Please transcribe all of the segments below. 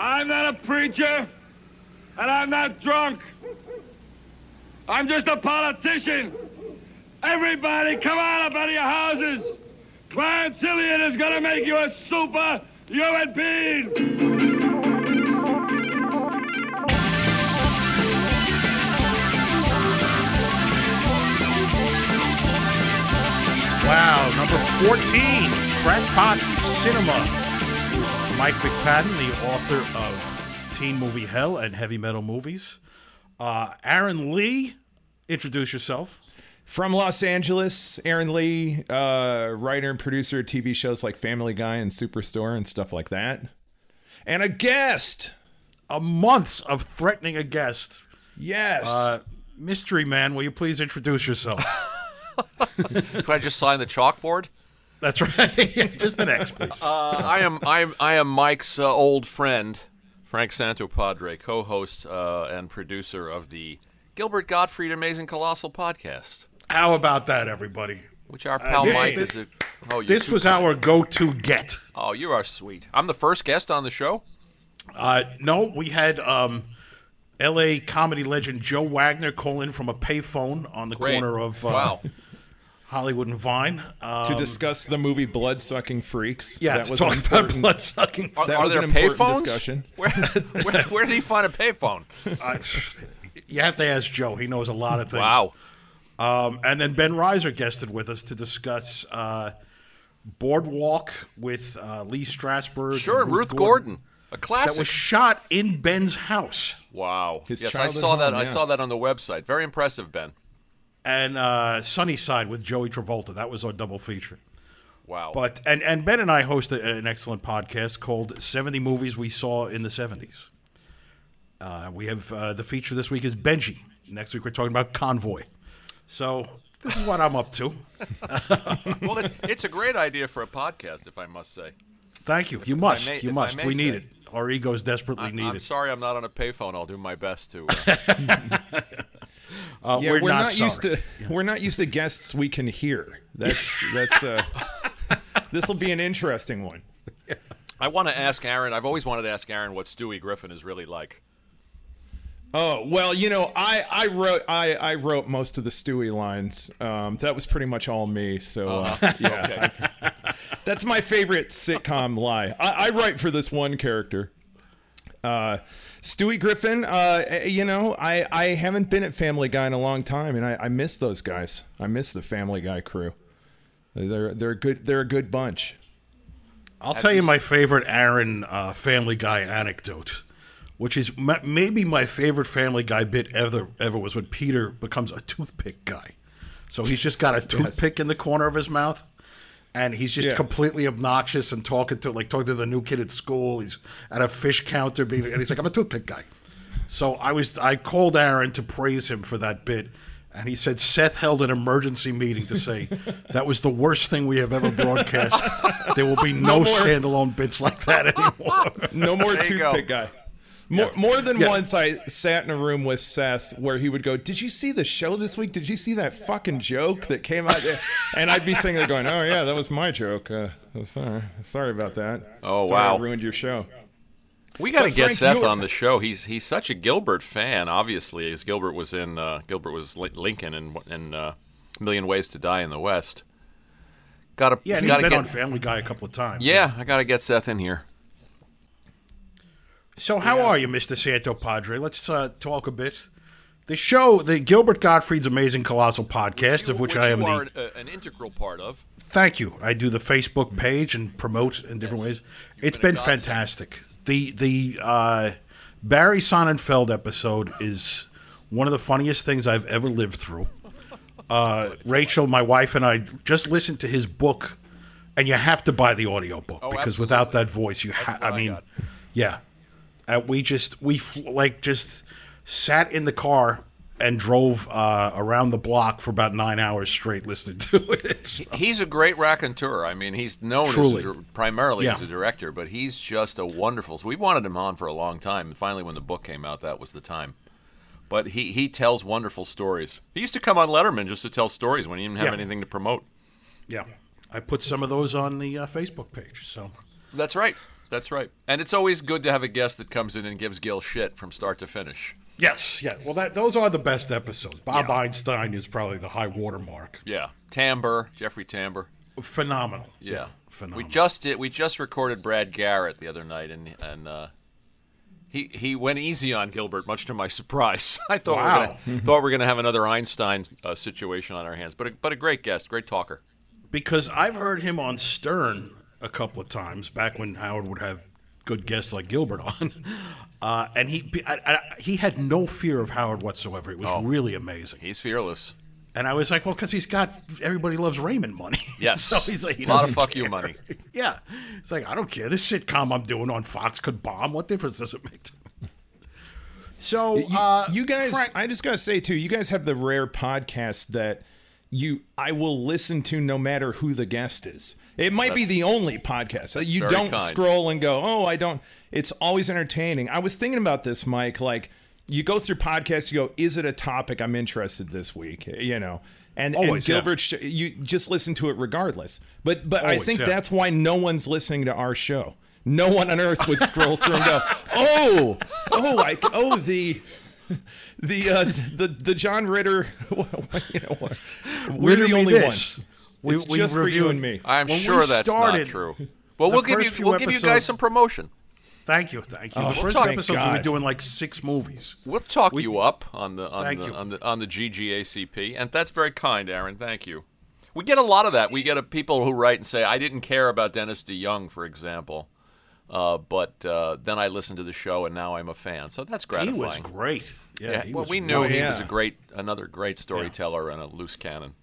I'm not a preacher, and I'm not drunk. I'm just a politician. Everybody, come on up out of your houses. Clarence Hilliard is going to make you a super human being. Wow, number 14, Crackpot Cinema. With Mike McPadden, the author of Teen Movie Hell and Heavy Metal Movies. Uh, Aaron Lee, introduce yourself. From Los Angeles, Aaron Lee, uh, writer and producer of TV shows like Family Guy and Superstore and stuff like that. And a guest. A month of threatening a guest. Yes. Uh, Mystery Man, will you please introduce yourself? Can I just sign the chalkboard? That's right. Yeah, Just the next, please. Uh, I am I am I am Mike's uh, old friend, Frank Santopadre, co-host uh, and producer of the Gilbert Gottfried Amazing Colossal podcast, How about that, everybody? which our pal this- Mike this- is a oh you're This too was kind. our go to get. oh you are sweet. I'm the first guest on the show. Uh, no, we had um, L.A. comedy legend Joe Wagner call in from a payphone on the Great. corner of uh, wow. Hollywood and Vine. Uh, to discuss the movie Bloodsucking Freaks. yeah, that to was talk about important. blood sucking. Are, that are was there an important payphones? discussion. Where, where where did he find a payphone? you have to ask Joe. He knows a lot of things. Wow. Um, and then Ben Reiser guested with us to discuss uh, Boardwalk with uh, Lee Strasberg. and Sure, Ruth Gordon, a classic. That was shot in Ben's house. wow. His yes, I childhood saw that. home, I yeah. saw that on the website. Very impressive, Ben. And uh, Sunnyside with Joey Travolta. That was our double feature. Wow. But and and Ben and I host a, an excellent podcast called 70 Movies We Saw in the 70s. Uh, we have uh, the feature this week is Benji. Next week we're talking about Convoy. So this is what I'm up to. well, it, it's a great idea for a podcast, if I must say. Thank you. You must. may- you if I must. may We need say. it. Our egos desperately need I'm it. sorry I'm not on a payphone. I'll do my best to. Uh, Uh, Yeah, we're, not, used sorry. to we're not used to guests we can hear. That's that's uh this will be an interesting one. I want to ask Aaron. I've always wanted to ask Aaron what Stewie Griffin is really like. Oh well, you know, I I wrote I I wrote most of the Stewie lines. Um, that was pretty much all me. So uh, yeah, that's my favorite sitcom lie. I, I write for this one character, uh, Stewie Griffin. Uh, eh, you know, I I haven't been at Family Guy in a long time, and I, I miss those guys. I miss the Family Guy crew. They're they're a good. They're a good bunch. I'll tell you my favorite Aaron uh, Family Guy anecdote, which is m maybe my favorite Family Guy bit ever. Ever was when Peter becomes a toothpick guy. So he's just got a toothpick in the corner of his mouth, and he's just Yeah. completely obnoxious and talking to like talking to the new kid at school. He's at a fish counter, being, and he's like, "I'm a toothpick guy." So I was I called Aaron to praise him for that bit, and he said Seth held an emergency meeting to say that was the worst thing we have ever broadcast. There will be no, standalone bits like that anymore. No more There you go. toothpick guy. More, more than Yeah. once, I sat in a room with Seth where he would go, "Did you see the show this week? Did you see that fucking joke that came out?" there?" and I'd be sitting there going, "Oh yeah, that was my joke. Uh, sorry, sorry about that. Oh, sorry wow. I ruined your show." We got to But get Frank, Seth you're- on the show. He's he's such a Gilbert fan, obviously, as Gilbert was in uh, Gilbert was Lin- Lincoln in in uh, Million Ways to Die in the West. Got to Yeah, and he's got been to on get Family Guy a couple of times. yeah. I got to get Seth in here. So how are you, Mr. Santo Padre? Let's uh, talk a bit. The show, the Gilbert Gottfried's Amazing Colossal Podcast, of which, I am you the are an, uh, an integral part of. thank you. I do the Facebook page and promote in different ways. It's been a been godsend. fantastic. The the uh, Barry Sonnenfeld episode is one of the funniest things I've ever lived through. Uh, Rachel, my wife, and I just listened to his book, and you have to buy the audio book because without that voice, you Oh, ha- That's what I I mean, got. yeah. Uh, we just we fl- like just sat in the car and drove uh, around the block for about nine hours straight listening to it. He's a great raconteur. I mean, he's known Truly. as a, dir- primarily Yeah. as a director, but he's just a wonderful. We wanted him on for a long time, and finally, when the book came out, that was the time. But he he tells wonderful stories. He used to come on Letterman just to tell stories when he didn't have Yeah. anything to promote. Yeah, I put some of those on the uh, Facebook page. So That's right. That's right. And it's always good to have a guest that comes in and gives Gil shit from start to finish. Yes, yeah. Well, that those are the best episodes. Bob Einstein is probably the high watermark. Yeah. Tambor, Jeffrey Tambor. Phenomenal. Yeah. phenomenal. We just did we just recorded Brad Garrett the other night and and uh he, he went easy on Gilbert, much to my surprise. I thought we Wow. were gonna, thought we were going to have another Einstein uh, situation on our hands, but a, but a great guest, great talker. because I've heard him on Stern a couple of times back when Howard would have good guests like Gilbert on, uh, and he I, I, he had no fear of Howard whatsoever. It was Oh. really amazing, He's fearless. and I was like, well, because he's got everybody loves Raymond money. Yes, so he's like, he a lot of doesn't fuck care. you money. Yeah, it's like I don't care. This sitcom I'm doing on Fox could bomb. What difference does it make? To me? So You, uh, you guys, Frank- I just gotta say too, you guys have the rare podcast that you I will listen to no matter who the guest is. It might be the only podcast that you very don't kind. scroll and go, oh, I don't. It's always entertaining. I was thinking about this, Mike. Like you go through podcasts, you go, is it a topic I'm interested this week? You know. And, and Always, yeah. Gilbert, sh- you just listen to it regardless. But but I Always, think yeah. that's why no one's listening to our show. No one on earth would scroll through and go, oh, oh, I, oh, the the uh, the the John Ritter. you know, what- we're Ritter the me only this. ones. We- it's we just for you reviewed- and me. I'm When we sure that's started, not true. Well, the we'll give first you few we'll give you guys episodes- some promotion. thank you, thank you. the first talk- episodes thank we were God. doing like six movies. We'll talk you up on the on Thank the, you. on the on the GGACP, and that's very kind, Aaron. Thank you. We get a lot of that. We get a, people who write and say, "I didn't care about Dennis DeYoung, for example, uh, but uh, then I listened to the show, and now I'm a fan." So that's He gratifying. was great. Yeah, Yeah, he well, was we knew really- he Yeah. was a great, another great storyteller and a loose cannon.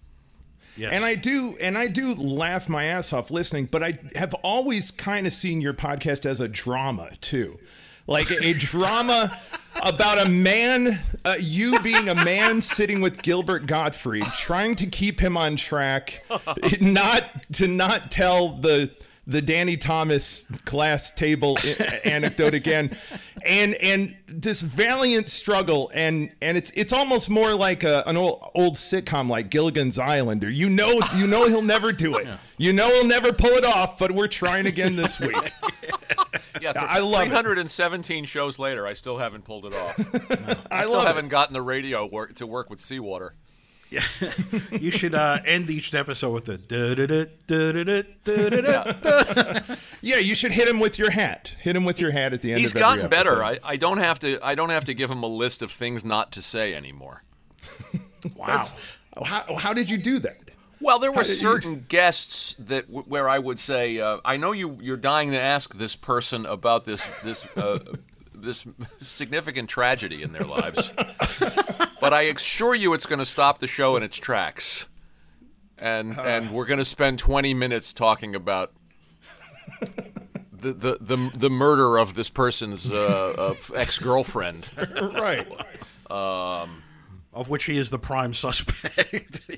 Yes. And I do, and I do laugh my ass off listening, but I have always kind of seen your podcast as a drama too, like a, drama about a man, uh, you being a man sitting with Gilbert Gottfried, trying to keep him on track, not to not tell the the Danny Thomas glass table i- anecdote again, and and this valiant struggle, and and it's it's almost more like a, an old old sitcom like Gilligan's Island, or you know you know he'll never do it, you know he'll never pull it off, but we're trying again this week. Yeah, I love it. 317 shows later, I still haven't pulled it off. I, still love it. haven't gotten the radio work to work with seawater. You should uh, end each episode with the da-da-da, da-da-da, da-da-da. Yeah, you should hit him with your hat. Hit him with your hat at the end. He's of every gotten better. episode. I, I don't have to. I don't have to give him a list of things not to say anymore. Wow. Oh, How, how did you do that? Well, there were certain guests that w- where I would say, uh, I know you you're dying to ask this person about this this uh, this significant tragedy in their lives, but I assure you it's going to stop the show in its tracks, and and we're going to spend 20 minutes talking about. The, the, the, the murder of this person's uh, ex girlfriend. right. Of which he is the prime suspect.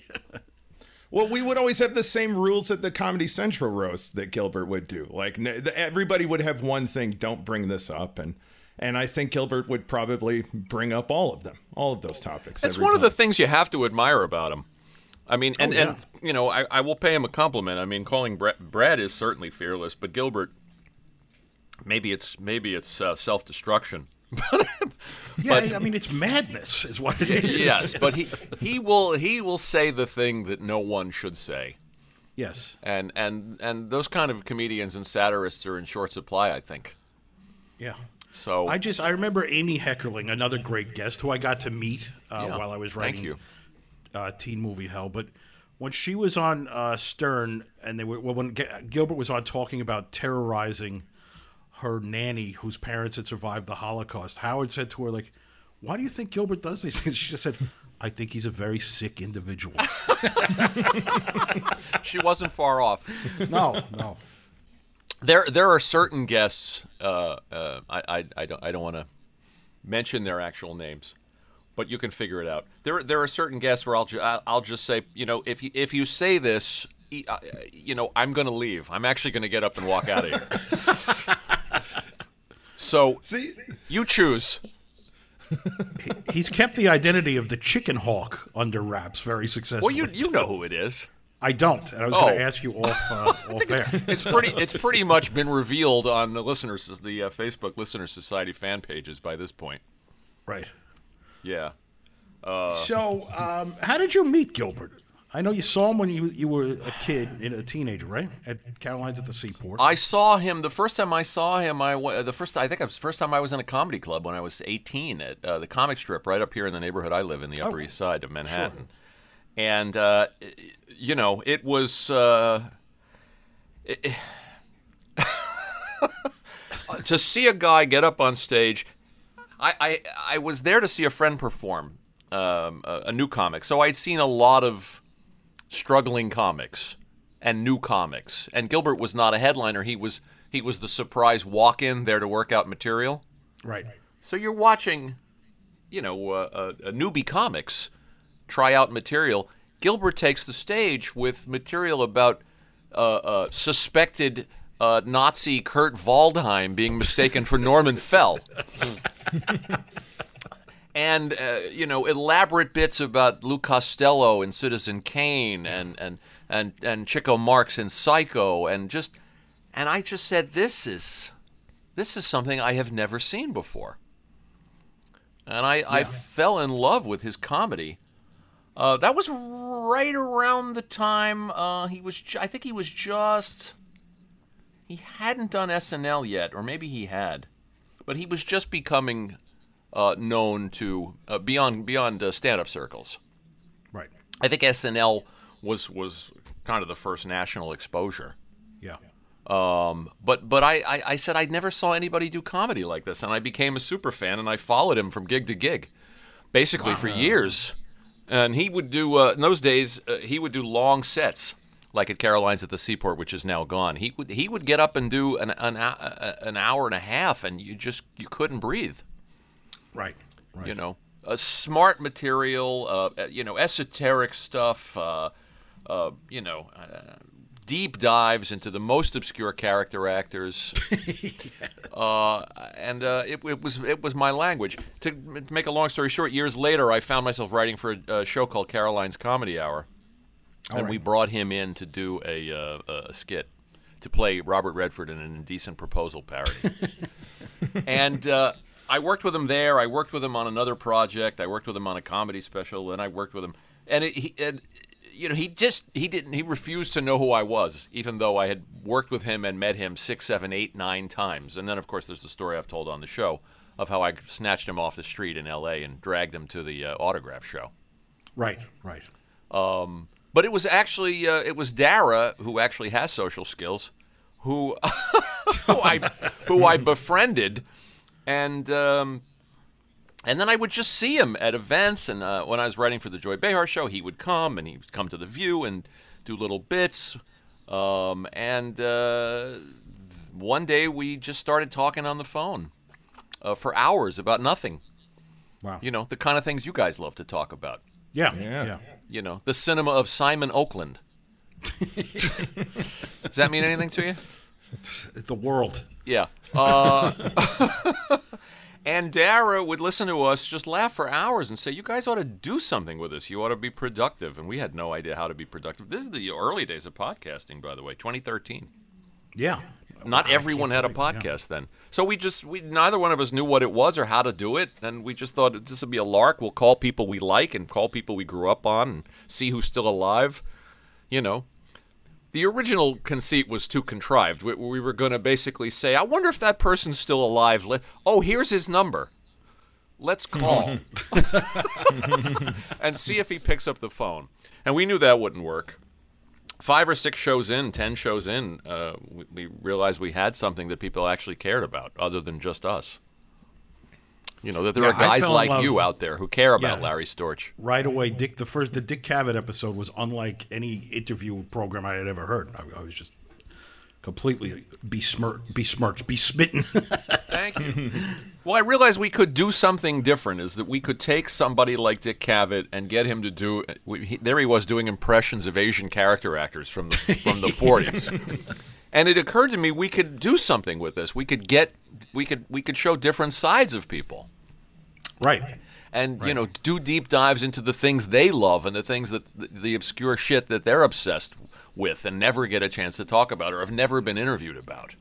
Well, we would always have the same rules at the Comedy Central roast that Gilbert would do. Like n- the- everybody would have one thing: don't bring this up, and and I think Gilbert would probably bring up all of them, all of those topics. It's every one of the time. things you have to admire about him. I mean, and, Oh, and you know, I, I will pay him a compliment. I mean, calling Brad, Brad is certainly fearless, but Gilbert, maybe it's maybe it's uh, self destruction. yeah, I mean, it's madness, is what it is. yes, but he he will he will say the thing that no one should say, Yes. and and and those kind of comedians and satirists are in short supply, I think. Yeah. So I just, I remember Amy Heckerling, another great guest who I got to meet uh, Yeah. while I was Thank writing you. Uh, Teen Movie Hell. But when she was on uh, Stern, and they were, well, when G- Gilbert was on talking about terrorizing her nanny whose parents had survived the Holocaust, Howard said to her, like, why do you think Gilbert does these things? She just said, I think he's a very sick individual. she wasn't far off. no, no. There, there are certain guests. Uh, uh, I, I, I don't, I don't want to mention their actual names, but you can figure it out. There, there are certain guests where I'll, ju- I'll I'll just say, you know, if you, if you say this, e- uh, you know, I'm going to leave. I'm actually going to get up and walk out of here. so See, you choose. He's kept the identity of the chicken hawk under wraps very successfully. Well, you, you know who it is. I don't, and I was Oh. going to ask you off uh, off air. It's pretty. It's pretty much been revealed on the listeners, the uh, Facebook Listener Society fan pages by this point. Right. Yeah. So, um, how did you meet Gilbert? I know you saw him when you, you were a kid, in a teenager, right? At Caroline's at the Seaport. I saw him the first time I saw him. I wa- the first I think it was the first time I was in a comedy club when I was 18 at uh, the comic strip right up here in the neighborhood I live in, the Upper East Side of Manhattan. And uh, y- you know, it was uh, it- to see a guy get up on stage. I I, I was there to see a friend perform, um, a, a new comic. So I'd seen a lot of struggling comics and new comics. And Gilbert was not a headliner. He was he was the surprise walk-in there to work out material. right. So you're watching, you know, uh, uh, newbie comics try out material. Gilbert takes the stage with material about uh, uh, suspected uh, Nazi Kurt Waldheim being mistaken for Norman Fell. And uh, you know elaborate bits about Lou Costello in Citizen Kane and, and and and Chico Marx in Psycho and just and I just said this is this is something I have never seen before. And I, I fell in love with his comedy. Uh, that was right around the time uh, he was, ju- I think he was just, he hadn't done SNL yet, or maybe he had, but he was just becoming uh, known to uh, beyond beyond uh, stand up circles. Right. I think SNL was was kind of the first national exposure Yeah. but but I, I, I said I never saw anybody do comedy like this, and I became a super fan, and I followed him from gig to gig, basically for years. And he would do uh, in those days uh, he would do long sets, like at Caroline's at the Seaport, which is now gone. He would he would get up and do an an, hou- uh, an hour and a half, and you just you couldn't breathe Right. Right. you know, uh, smart material, uh, uh, you know, esoteric stuff, uh, uh, you know, uh, deep dives into the most obscure character actors. uh, and uh, it, it was it was my language. To m- to make a long story short, years later, I found myself writing for a, a show called Caroline's Comedy Hour, and we brought him in to do a, uh, a- a skit. To play Robert Redford in an indecent proposal parody and uh, I worked with him there. I worked with him on another project. I worked with him on a comedy special, and I worked with him. And it, he, and, you know, he just he didn't he refused to know who I was, even though I had worked with him and met him six, seven, eight, nine times. And then, of course, there's the story I've told on the show of how I snatched him off the street in L.A. and dragged him to the uh, autograph show. Right. Right. But it was actually uh, it was Dara who actually has social skills, who who I who I befriended, and um, and then I would just see him at events. And uh, when I was writing for the Joy Behar show, he would come and he would come to the View and do little bits. Um, and uh, one day we just started talking on the phone uh, for hours about nothing. Wow. You know the kind of things you guys love to talk about Yeah. Yeah. Yeah. you know, the cinema of Simon Oakland. Does that mean anything to you? The world. Yeah. Uh, and Dara would listen to us just laugh for hours and say, "You guys ought to do something with this. You ought to be productive." And we had no idea how to be productive. This is the early days of podcasting, by the way, 2013. Yeah. Not everyone had a podcast then, so we just we neither one of us knew what it was or how to do it, and we just thought this would be a lark. We'll call people we like and call people we grew up on and see who's still alive. You know, the original conceit was too contrived. We, we were going to basically say, "I wonder if that person's still alive." Let, oh, here's his number. Let's call and see if he picks up the phone. And we knew that wouldn't work five or six shows in, ten shows in, uh, we, we realized we had something that people actually cared about, other than just us. You know that there Yeah, are I guys fell in like love- you out there who care about Yeah. Larry Storch. Right away, Dick. The first, the Dick Cavett episode was unlike any interview program I had ever heard. I, I was just completely besmirched, besmirched, besmitten. Thank you. well, I realized we could do something different. Is that we could take somebody like Dick Cavett and get him to do. We, he, there he was doing impressions of Asian character actors from the, from the forties. And it occurred to me we could do something with this. We could get, we could, we could show different sides of people. right. and you know do deep dives into the things they love and the things that the, the obscure shit that they're obsessed with and never get a chance to talk about or have never been interviewed about.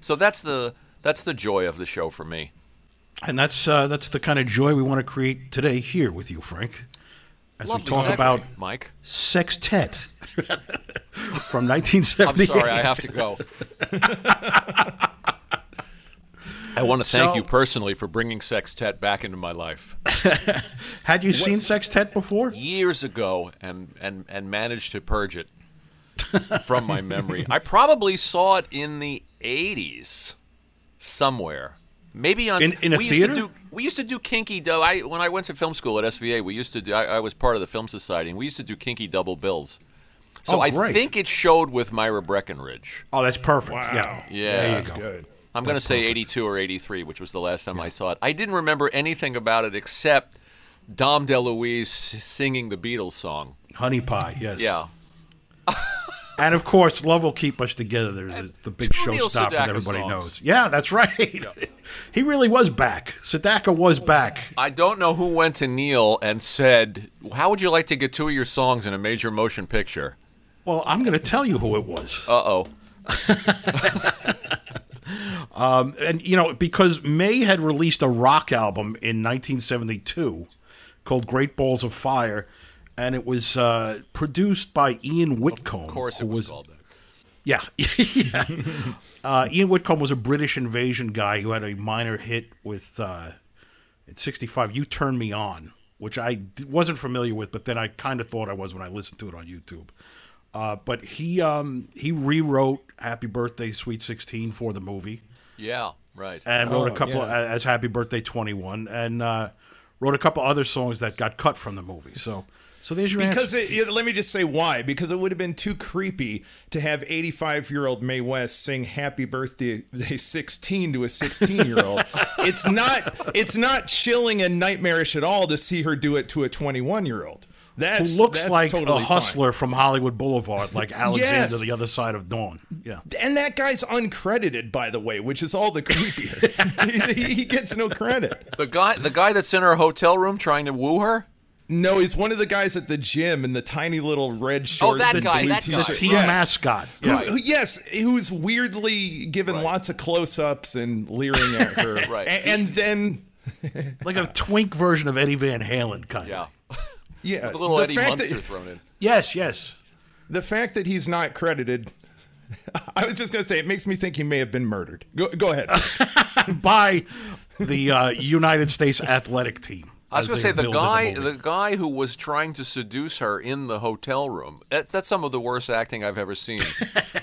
So that's the that's the joy of the show for me. And that's uh, that's the kind of joy we want to create today here with you, Frank, as Lovely we talk segue, about Mike. sextet from I'm 1978. sorry, I have to go. I want to thank So- you personally for bringing sextet back into my life Had you seen sextet before? years ago, and and and managed to purge it from my memory. I probably saw it in the '80s somewhere, maybe on In- in a we theater? Used to do, we used to do kinky double. I when I went to film school at SVA, we used to do. I, I was part of the film society, and we used to do kinky double bills. So Oh, I great. think it showed with Myra Breckenridge. Oh, that's perfect. Yeah. Yeah. There you That's go. good. I'm going to say 82 or 83, which was the last time I saw it. I didn't remember anything about it except Dom DeLuise s- singing the Beatles song. Honey pie, yes. Yeah. And of course, Love Will Keep Us Together. There's it's the big two Neil showstopper that Sedaka everybody songs. knows. Yeah, that's right. he really was back. Sadaka was back. I don't know who went to Neil and said, How would you like to get two of your songs in a major motion picture? Well, I'm going to tell you who it was. Uh oh. and, you know, because May had released a rock album in 1972 called Great Balls of Fire, and it was uh, produced by Ian Whitcomb. Of course it was, called that. Yeah. yeah. Uh, Ian Whitcomb was a British invasion guy who had a minor hit with, uh, in 65, You Turn Me On, which I d- wasn't familiar with, but then I kind of thought I was when I listened to it on YouTube. Uh, but he um, he rewrote Happy Birthday, Sweet 16 for the movie Yeah, right. and wrote a couple yeah. a- as Happy Birthday 21 and uh, wrote a couple other songs that got cut from the movie. So so there's your Because answer. it, it- let me just say why. Because it would have been too creepy to have 85 year old Mae West sing "Happy Birthday" 16 to a 16 year old. it's not. It's not chilling and nightmarish at all to see her do it to a 21 year old. That's Who looks that's like totally a fine. hustler from Hollywood Boulevard, like Alexander Yes. the Other Side of Dawn. Yeah. And that guy's uncredited, by the way, which is all the creepier. he, he gets no credit. the guy the guy that's in her hotel room trying to woo her? No, he's one of the guys at the gym in the tiny little red shorts Oh, that and guy, blue that guy. t-shirt. The team Yes. mascot. Who- who- yes, who's weirdly given lots of close-ups and leering at her. Right. A- And, then, Like a twink version of Eddie Van Halen kind Yeah. of. yeah, The little Eddie fact Munster that, thrown in. Yes, yes. the fact that he's not credited. I was just gonna say it makes me think he may have been murdered. Go, go ahead. By the uh, United States athletic team. I was going as to they say the build in guy, movie. the guy who was trying to seduce her in the hotel room. That, that's some of the worst acting I've ever seen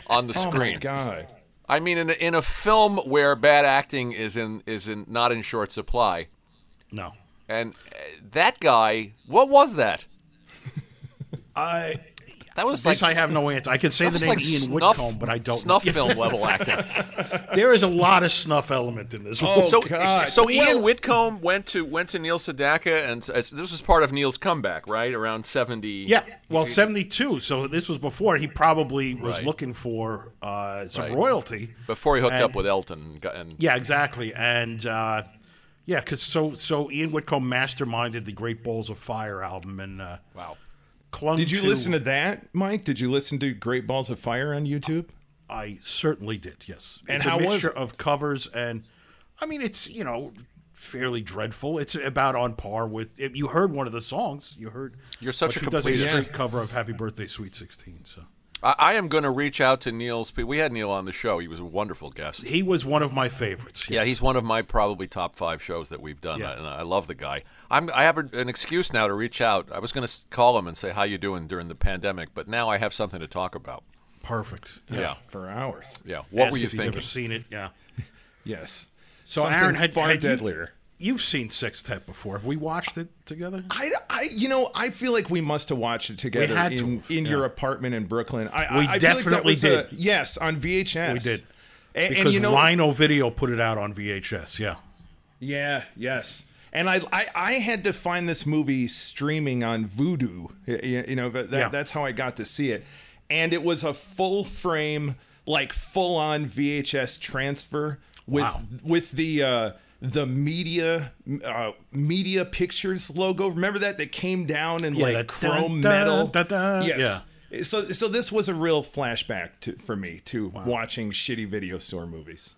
on the oh screen. my god. I mean, in a, in a film where bad acting is in is in not in short supply, no. and uh, that guy, what was that? I That was this like I have no answer. I could say that the was name like Ian snuff, Whitcomb, but I don't. Oh, snuff film level acting. There is a lot of snuff element in this. Oh, So, God. so Well- Ian Whitcomb went to went to Neil Sedaka, and s- as- this was part of Neil's comeback, right? Around seventy. Yeah, well, seventy-two. So this was before he probably was Right. looking for uh, some Right. royalty. Before he hooked And- up with Elton, and, got- and Yeah, exactly. And uh, yeah, because so so Ian Whitcomb masterminded the Great Balls of Fire album and uh, wow. clung. Did you listen to that, Mike? Did you listen to Great Balls of Fire on YouTube? I certainly did. Yes, And it's how a was mixture it? of covers and, I mean, it's you know fairly dreadful. It's about on par with. If you heard one of the songs, you heard. You're such but a who does completist. great cover of Happy Birthday, Sweet Sixteen. So. I, I am going to reach out to Neil's. pe- We had Neil on the show. He was a wonderful guest. He was one of my favorites. Yeah, he's one of my probably top five shows that we've done, Yeah. and I love the guy. I'm I have a, an excuse now to reach out. I was going to call him and say how you doing during the pandemic, but now I have something to talk about. perfect. Yeah, yeah. For hours. What Ask were you if he's ever thinking? seen it? Yeah. Yes. So Something Aaron had far had you- deadlier. You've seen Sextet before. Have we watched it together? I, I, you know, I feel like we must have watched it together had in, to, in yeah. your apartment in Brooklyn. I, I, I We feel like that definitely was a- did. yes, on VHS. We did. And, Because and you know, Rhino Video put it out on VHS. Yeah. yeah, yes. And I, I, I had to find this movie streaming on Voodoo. Y- y- You know, but that, Yeah. that's how I got to see it. And it was a full frame, like full on VHS transfer with Wow. with the uh, the media uh, media pictures logo. Remember that that came down in Yeah, like that chrome dun, dun, metal. dun, dun. Yes. So so this was a real flashback to, for me to watching shitty video store movies.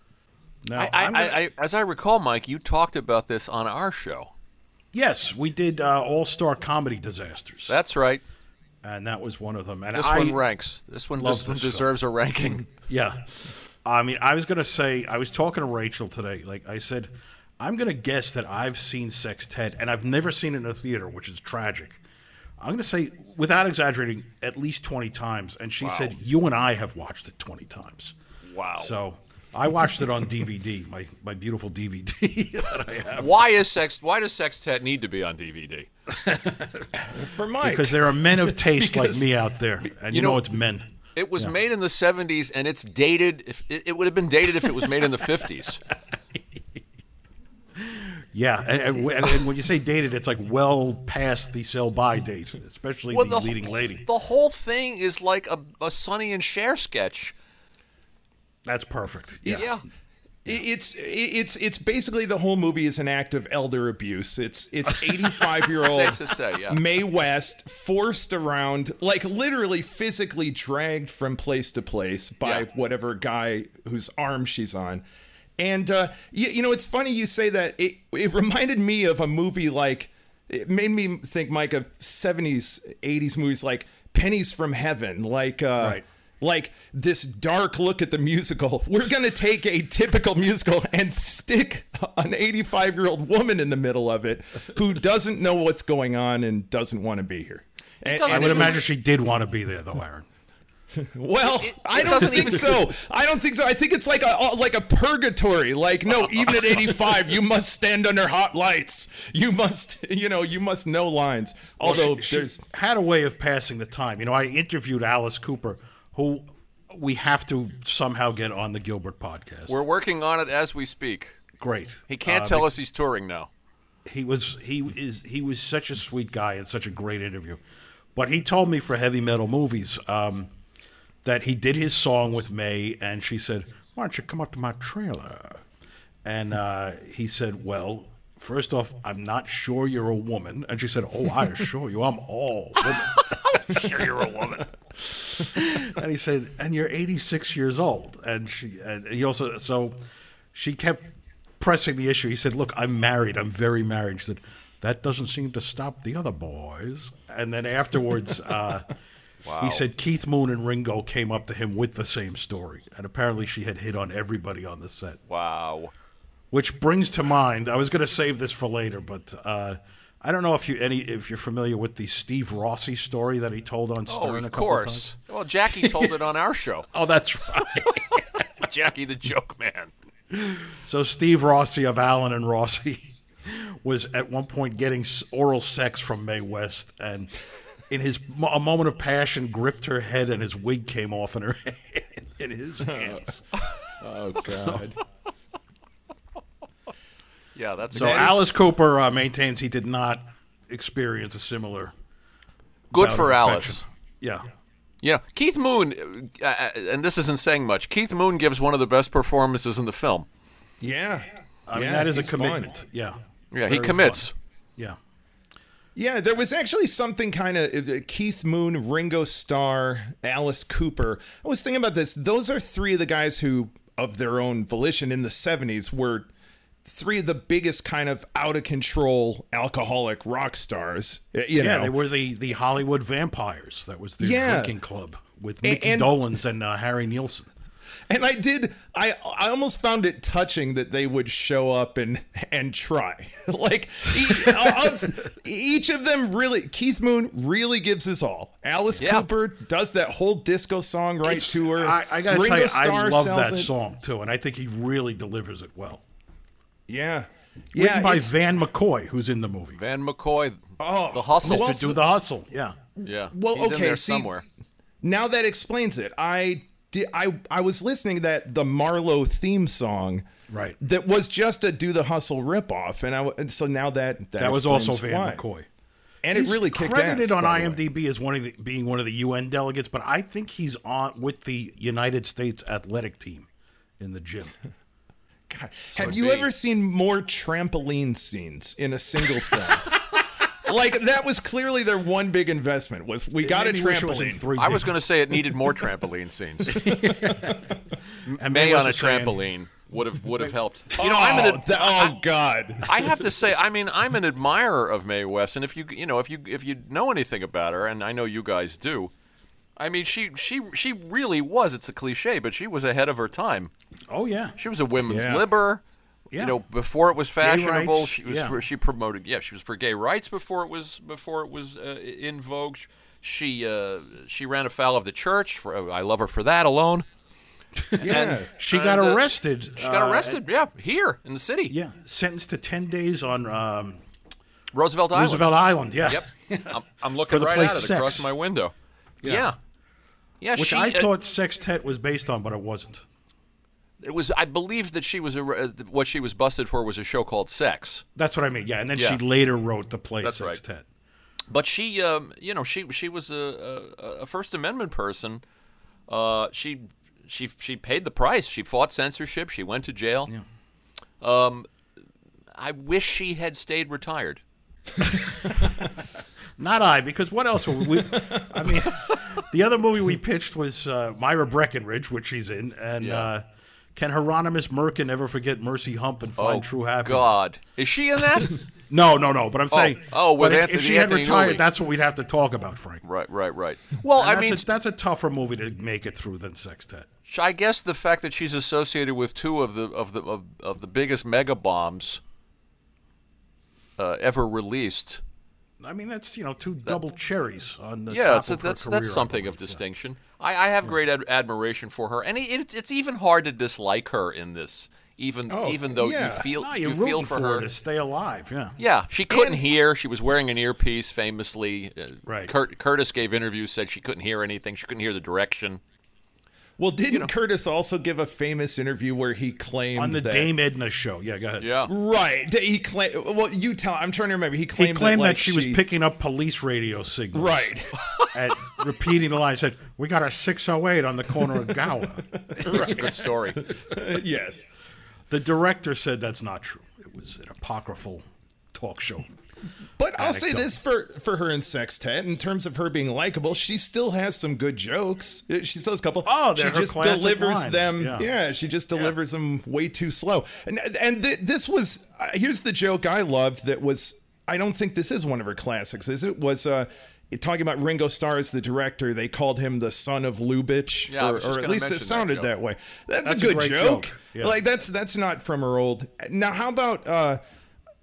I, Now, I, I'm gonna- I, I, as I recall, Mike, you talked about this on our show. yes, we did uh, All Star Comedy Disasters, That's right. and that was one of them. And This I, one ranks. This one, love this one this show. deserves a ranking. Yeah. I mean, I was going to say, I was talking to Rachel today. Like, I said, I'm going to guess that I've seen Sex Ted, and I've never seen it in a theater, which is tragic. I'm going to say, without exaggerating, at least 20 times. And she said, You and I have watched it 20 times. Wow. So I watched it on DVD, my, my beautiful DVD that I have. Why is sex? Why does Sextet need to be on DVD? For Mike, Because there are men of taste like me out there. And you, know, know- it's men. It was made in the 70s, and it's dated. If, it, it would have been dated if it was made in the 50s. Yeah. And, and, w- and- and when you say dated, it's like well past the sell by date, especially the, wh- leading lady. The whole thing is like a, a Sonny and Cher sketch. That's perfect. Yes. Yeah. It- It's it's it's basically the whole movie is an act of elder abuse. It's it's 85 year old Safe to say, yeah. May West forced around, like literally physically dragged from place to place by Yeah. whatever guy whose arm she's on. And uh, you, you know, it's funny you say that. It it reminded me of a movie like it made me think, Mike, of 70s, 80s movies like Pennies from Heaven, like. Uh, Right. Like this dark look at the musical. We're going to take a typical musical and stick an 85 year old woman in the middle of it who doesn't know what's going on and doesn't want to be here. And, doesn't I and- would It imagine was- she did want to be there, though, Aaron. well, it- I it don't doesn't think even- so. I don't think so. I think it's like a like a purgatory. Like no, even at 85, you must stand under hot lights. You must, you know, you must know lines. Although she there's had a way of passing the time. You know, I interviewed Alice Cooper, who we have to somehow get on the Gilbert podcast. We're working on it as we speak. Great. He can't Uh, tell us he's touring now. he was he is he was such a sweet guy and such a great interview. But he told me for heavy metal movies um, that he did his song with May, and she said, "Why don't you come up to my trailer?" And uh, he said, "Well." First off, I'm not sure you're a woman. And she said, Oh, I assure you, I'm all woman. sure you're a woman. and he said, "And you're 86 years old." And she, and he also, so she kept pressing the issue. He said, "Look, I'm married. I'm very married." She said, "That doesn't seem to stop the other boys." And then afterwards, uh, he said Keith Moon and Ringo came up to him with the same story, and apparently she had hit on everybody on the set. Wow. Which brings to mind, I was going to save this for later, but uh, I don't know if you any if you're familiar with the Steve Rossi story that he told on Stern Oh, a of couple of times. course. Well, Jackie told it on our show. Oh, that's right. Jackie the Joke Man. So Steve Rossi of Allen and Rossi was at one point getting s- oral sex from Mae West, and in his mo- a moment of passion, gripped her head, and his wig came off in her hand, in his hands. oh god. Yeah, that's So a Alice Cooper uh, maintains he did not experience a similar. good bout of for Alice. infection. Yeah. Yeah, Keith Moon, uh, uh, and this isn't saying much. Keith Moon gives one of the best performances in the film. Yeah. I mean Yeah, that is a he's fun. commitment. Yeah, Yeah. Very he fun. commits. Yeah. Yeah, there was actually something kind of Keith Moon, Ringo Starr, Alice Cooper. I was thinking about this. Those are three of the guys who, of their own volition in the 70s, were three of the biggest kind of out of control alcoholic rock stars. uh, You Yeah, know. they were the, the Hollywood vampires. That was the Yeah. drinking club with Mickey and- Dolans and uh, Harry Nielsen. And I did. I I almost found it touching that they would show up and and try. like e- of, each of them really. Keith Moon really gives his all. Alice Yeah. Cooper does that whole disco song right It's- to her. I, I gotta tell you, I Starr love sells that it. song too, and I think he really delivers it well. Yeah, Written yeah. by it's- Van McCoy, who's in the movie. Van McCoy, Oh, the hustle. well- to do the hustle, yeah. yeah. Well, He's in okay, there see- somewhere. now that explains it. I did. I I was listening to that the Marlowe theme song. Right. That was just a do the hustle ripoff, and I w- and so now that that, That was also explains Van why. McCoy. and He's it really kicked credited ass, on by the way. IMDb as one of the, being one of the UN delegates, but I think he's on with the United States athletic team in the gym. God, have you ever seen more trampoline scenes in a single film? like that was clearly their one big investment was we got a Maybe wish it was in trampoline. 3D. I was going to say it needed more trampoline scenes. And May Manuel on a was saying- trampoline would have would have helped. You know, I'm gonna, oh God. I have to say, I mean, I'm an admirer of Mae West, and if you you know if you if you know anything about her, and I know you guys do, I mean, she she she really was. It's a cliche, but she was ahead of her time. Oh yeah. She was a women's Yeah. libber. Yeah. You know, before it was fashionable, rights, she was yeah. for, she promoted. Yeah, she was for gay rights before it was before it was uh, in vogue. She uh, she ran afoul of the church. For, oh, I love her for that alone. Yeah. She got and, uh, arrested. She got arrested. yeah, here in the city. yeah. Sentenced to 10 days on um, Roosevelt Island. Roosevelt Island. Yeah. Yep. I'm, I'm looking the right place at it sex. across my window. Yeah. Yeah. Which she, I uh, thought Sextet was based on, but it wasn't. it was. I believe that she was a, uh, what she was busted for was a show called Sex. That's what I mean. Yeah. And then Yeah. she later wrote the play That's right. Sextet. But she, um, you know, she she was a, a, a First Amendment person. Uh, she she she paid the price. She fought censorship. She went to jail. Um, I wish she had stayed retired. Not I, because what else were we? I mean, the other movie we pitched was uh, Myra Breckenridge, which she's in, and Yeah. uh, can Hieronymus Merkin ever forget Mercy Hump and find oh true happiness? God, is she in that? No, no, no. But I'm saying, oh, with but if, Anthony- if she had Anthony retired, Newley. that's what we'd have to talk about, Frank. right, right, right. Well, And I that's mean, a, that's a tougher movie to make it through than Sextet. I guess the fact that she's associated with two of the of the of, of the biggest mega bombs uh, ever released. I mean, that's you know two double cherries on the Yeah, top it's, of her that's career, that's I something of believe. distinction. I, I have great ad- admiration for her, and it's it's even hard to dislike her in this, even even though yeah. you feel No, you Oh, you're feel rooting for, her her. to stay alive. Yeah, Yeah, she couldn't hear. She was wearing an earpiece, famously. Uh, Right. Curt, Curtis gave interviews, said she couldn't hear anything. She couldn't hear the direction. Well, didn't Curtis also give a famous interview where he claimed on the that, Dame Edna show. Yeah, go ahead. Yeah. Right. that He claimed. Well, you tell. I'm trying to remember. He He claimed, claimed, that, like, she, was picking up police radio signals. Right. At repeating the line, said, "We got a 608 on the corner of Gower." It's a good story. yes. the director said that's not true. It was an apocryphal talk show. But I'll say Anecdote. this for for her in Sextet, in terms of her being likable, she still has some good jokes. Uh, She still has a couple. Oh, they're she her just classic delivers lines. them. Yeah. Yeah. she just delivers them way too slow. And and th- this was uh, here's the joke I loved that was I don't think this is one of her classics. Is it was. uh Talking about Ringo Starr as the director, they called him the son of Lubitsch, Yeah, I or, was just or at gonna least mention it that sounded joke. that, way. That's, That's a a good great joke. joke. Yeah. Like that's that's not from her old. Now, how about uh,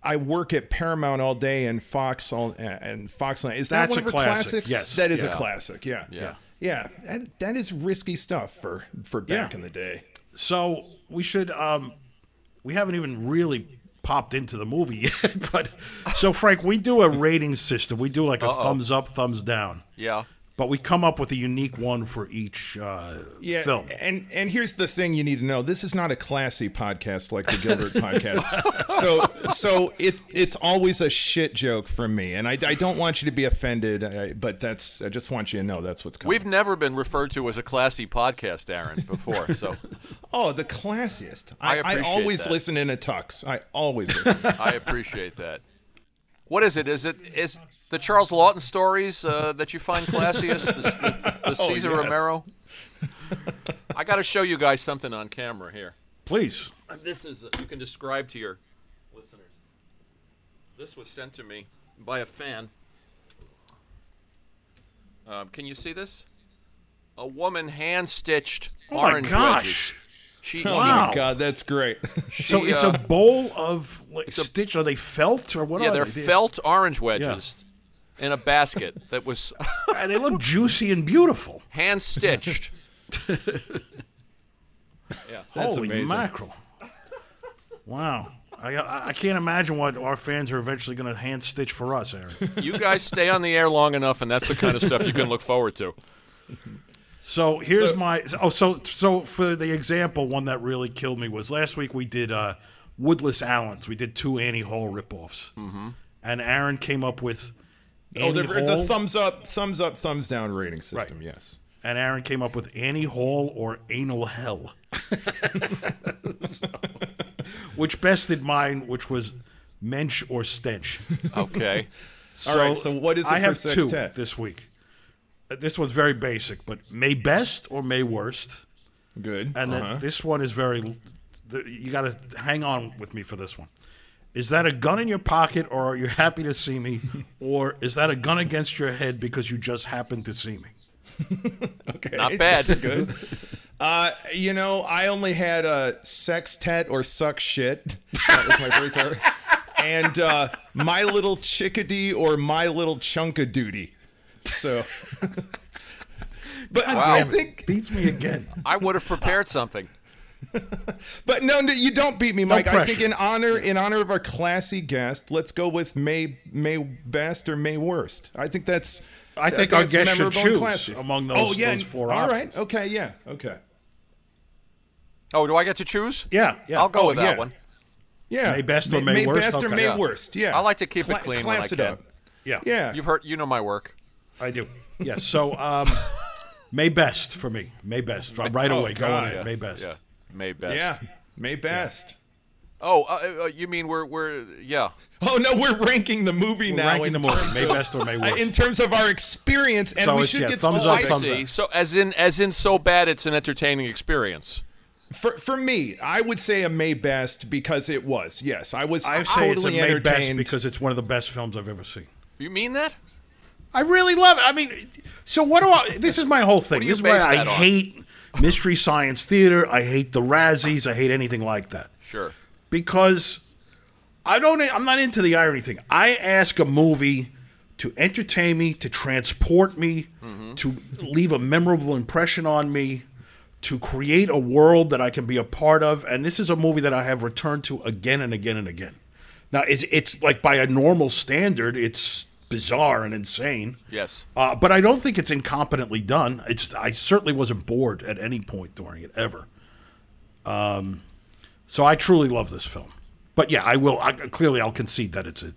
I work at Paramount all day and Fox all and Fox. Is that That's one a of her classic, classics? yes. that is Yeah. a classic. Yeah, Yeah. yeah. That, that is risky stuff for for back Yeah. in the day. So we should. Um, we haven't even really popped into the movie yet, but so Frank, we do a rating system. We do like a thumbs up, thumbs down. Yeah. But we come up with a unique one for each uh, Yeah, film. and and here's the thing you need to know: this is not a classy podcast like the Gilbert podcast. So so it it's always a shit joke from me, and I, I don't want you to be offended, I, but that's I just want you to know that's what's coming. We've never been referred to as a classy podcast, Aaron, before. So oh, the classiest. I I, I, appreciate always that. listen in a tux. I always listen. Oh I appreciate that. What is it? Is it is the Charles Lawton stories uh, that you find classiest? The, the, the Oh, Caesar yes. Romero. I got to show you guys something on camera here. Please. Uh, This is you can describe to your listeners. This was sent to me by a fan. Um, can you see this? A woman hand stitched Oh my orange gosh. wedges. She, oh Wow. my god, that's great. she, So it's uh, a bowl of like, stitch. Are they felt or what? Yeah, are they're they? felt orange wedges in a basket that was And they look juicy and beautiful. hand stitched. That's Holy amazing. mackerel! Wow. I, I I can't imagine what our fans are eventually going to hand stitch for us, Aaron. You guys stay on the air long enough, and that's the kind of stuff you can look forward to. So here's So- my oh so so for the example one that really killed me was last week we did uh, Woodless Allens we did two Annie Hall ripoffs mm-hmm. and Aaron came up with Annie Oh, the, the Hall thumbs up, thumbs up, thumbs down rating system. Yes. and Aaron came up with Annie Hall or Anal Hell which bested mine, which was mensch or stench. Okay. All right, so what is it I for have sextet? two this week. Uh, This one's very basic, but may best or may worst. Good. And Uh-huh. then this one is very. th- You got to hang on with me for this one. Is that a gun in your pocket, or are you happy to see me, or is that a gun against your head because you just happened to see me? okay. Not bad. Good. Uh, you know, I only had a sextet or suck shit. That was my first ever. And uh, my little chickadee or my little chunk of duty. So, but I damn it. think, Beats me again. I would have prepared something. but no, no, you don't beat me, Mike. I think pressure. in honor in honor of our classy guest, let's go with May May best or May worst. I think that's I think our that's guest should memorable and choose classy. among those- Oh yeah, those four all options. right, okay, yeah, okay, Oh, do I get to choose? Yeah, yeah. I'll go Oh, with that yeah. one. yeah. May best or Ma- may worst? best or Okay. May Yeah. worst. Yeah, I like to keep it Cla- clean when Class I it can. up. Yeah, Yeah, You've heard, you know my work. I do. Yeah. So, um, May best for me. May best right Oh, away. Go God, on it. yeah, May best. Yeah, May best. yeah. May best. Oh, uh, uh, you mean we're we're yeah. Oh no, we're ranking the movie We're now. ranking in, them all. May best or May uh, worst. in terms of our experience, and So we it's, should yeah, get thumbs some up, I thumbs see. up. So as in as in so bad it's an entertaining experience. For, for me, I would say a May best because it was. Yes, I was I say totally it's a May best entertained. because it's one of the best films I've ever seen. You mean that? I really love it. I mean, so what do I? This is my whole thing. do you This is why base I that on? hate mystery science theater. I hate the Razzies. I hate anything like that Sure. because I don't. I'm not into the irony thing. I ask a movie to entertain me, to transport me, to leave a memorable impression on me, to create a world that I can be a part of. And this is a movie that I have returned to again and again and again. Now, it's it's like by a normal standard, it's bizarre and insane. Yes. Uh, but I don't think it's incompetently done. It's I certainly wasn't bored at any point during it ever. Um, so I truly love this film. But yeah, I will. I, clearly, I'll concede that it's a,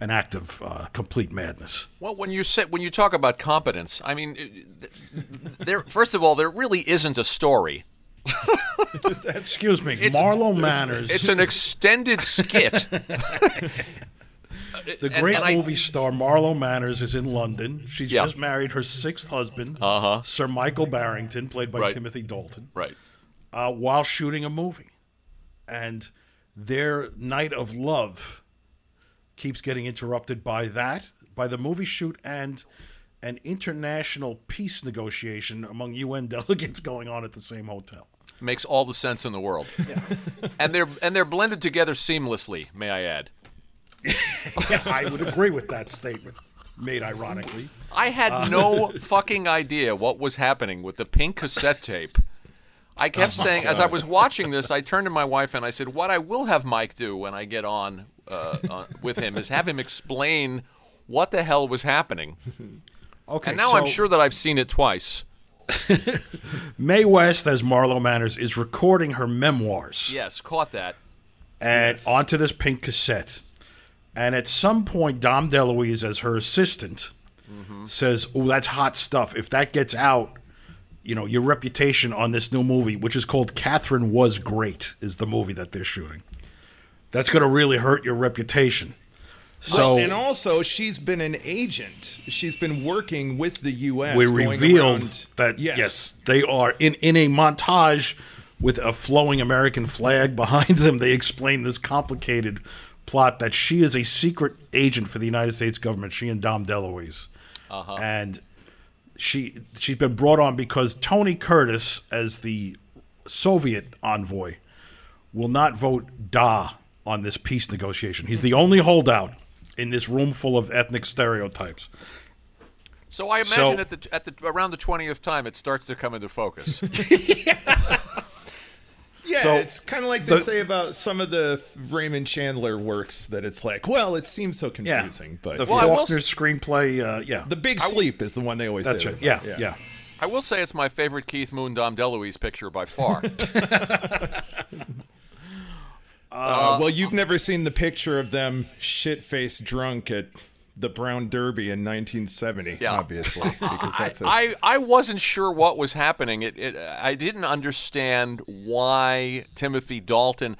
an act of uh, complete madness. Well, when you say when you talk about competence, I mean, th- th- there. First of all, there really isn't a story. Excuse me, Marlowe Manners, It's an extended skit. the great and I- movie star Marlowe Manners, is in London. She's Yeah. Uh-huh. just married her sixth husband, Sir Michael Barrington, played by Right. Timothy Dalton. right. uh, while shooting a movie. And their night of love keeps getting interrupted by that, by the movie shoot, and an international peace negotiation among UN delegates going on at the same hotel. Makes all the sense in the world. and they're and they're blended together seamlessly. May I add? I would agree with that statement, made ironically. I had no fucking idea what was happening with the pink cassette tape. I kept saying, as I was watching this, I turned to my wife and I said, "What I will have Mike do when I get on uh, uh, with him is have him explain what the hell was happening." Okay, And now I'm so sure that I've seen it twice. Mae West, as Marlowe Manners, is recording her memoirs. Yes, caught that. and onto this pink cassette. And at some point, Dom DeLuise, as her assistant, says, "Oh, that's hot stuff. If that gets out, you know your reputation on this new movie, which is called Catherine Was Great, is the movie that they're shooting. That's going to really hurt your reputation." So and also, she's been an agent. She's been working with the U.S. we going revealed around- that yes. they are in in a montage with a flowing American flag behind them. They explain this complicated plot that she is a secret agent for the United States government. She and Dom DeLuise, Uh-huh. and she she's been brought on because Tony Curtis, as the Soviet envoy, will not vote da on this peace negotiation. He's the only holdout in this room full of ethnic stereotypes. So I So- imagine at the at the around the twentieth time, it starts to come into focus. Yeah, So- it's kind of like they the- say about some of the Raymond Chandler works that it's like, well, it seems so confusing, but the Well, I will Faulkner screenplay, uh, yeah, the Big Sleep is the one they always that's say. right, yeah, that yeah. about. I will say it's my favorite Keith Moon Dom DeLuise picture by far. Uh, well, you've never seen the picture of them shit faced drunk at the Brown Derby in 1970, Yeah. obviously, because I, that's a I, I wasn't sure what was happening. It, it I didn't understand why Timothy Dalton.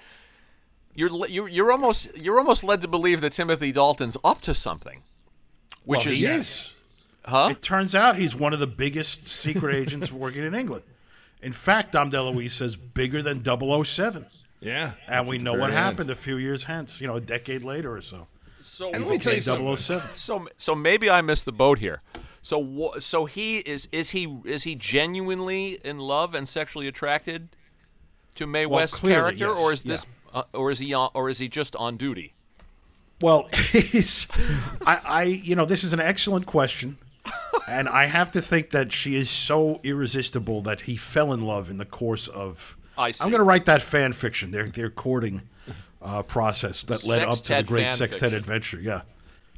You're, le- you're you're almost you're almost led to believe that Timothy Dalton's up to something, which is Oh, he is. Huh? It turns out he's one of the biggest secret agents working in England. In fact, Dom DeLuise says bigger than 007. yeah, And that's we at the know what very end. happened a few years hence, you know, a decade later or so. oh so And let me tell Okay, you something. 007. so so maybe I missed the boat here. So wha- so he is is he is he genuinely in love and sexually attracted to May West's clearly, character, or yes, is this uh, or is he on, or is he just on duty? Well, he's, I, I, you know, this is an excellent question, and I have to think that she is so irresistible that he fell in love in the course of. I see. am going to write that fan fiction. Their their courting uh, process that led up to the Sextet great fan sextet fiction. adventure. Yeah,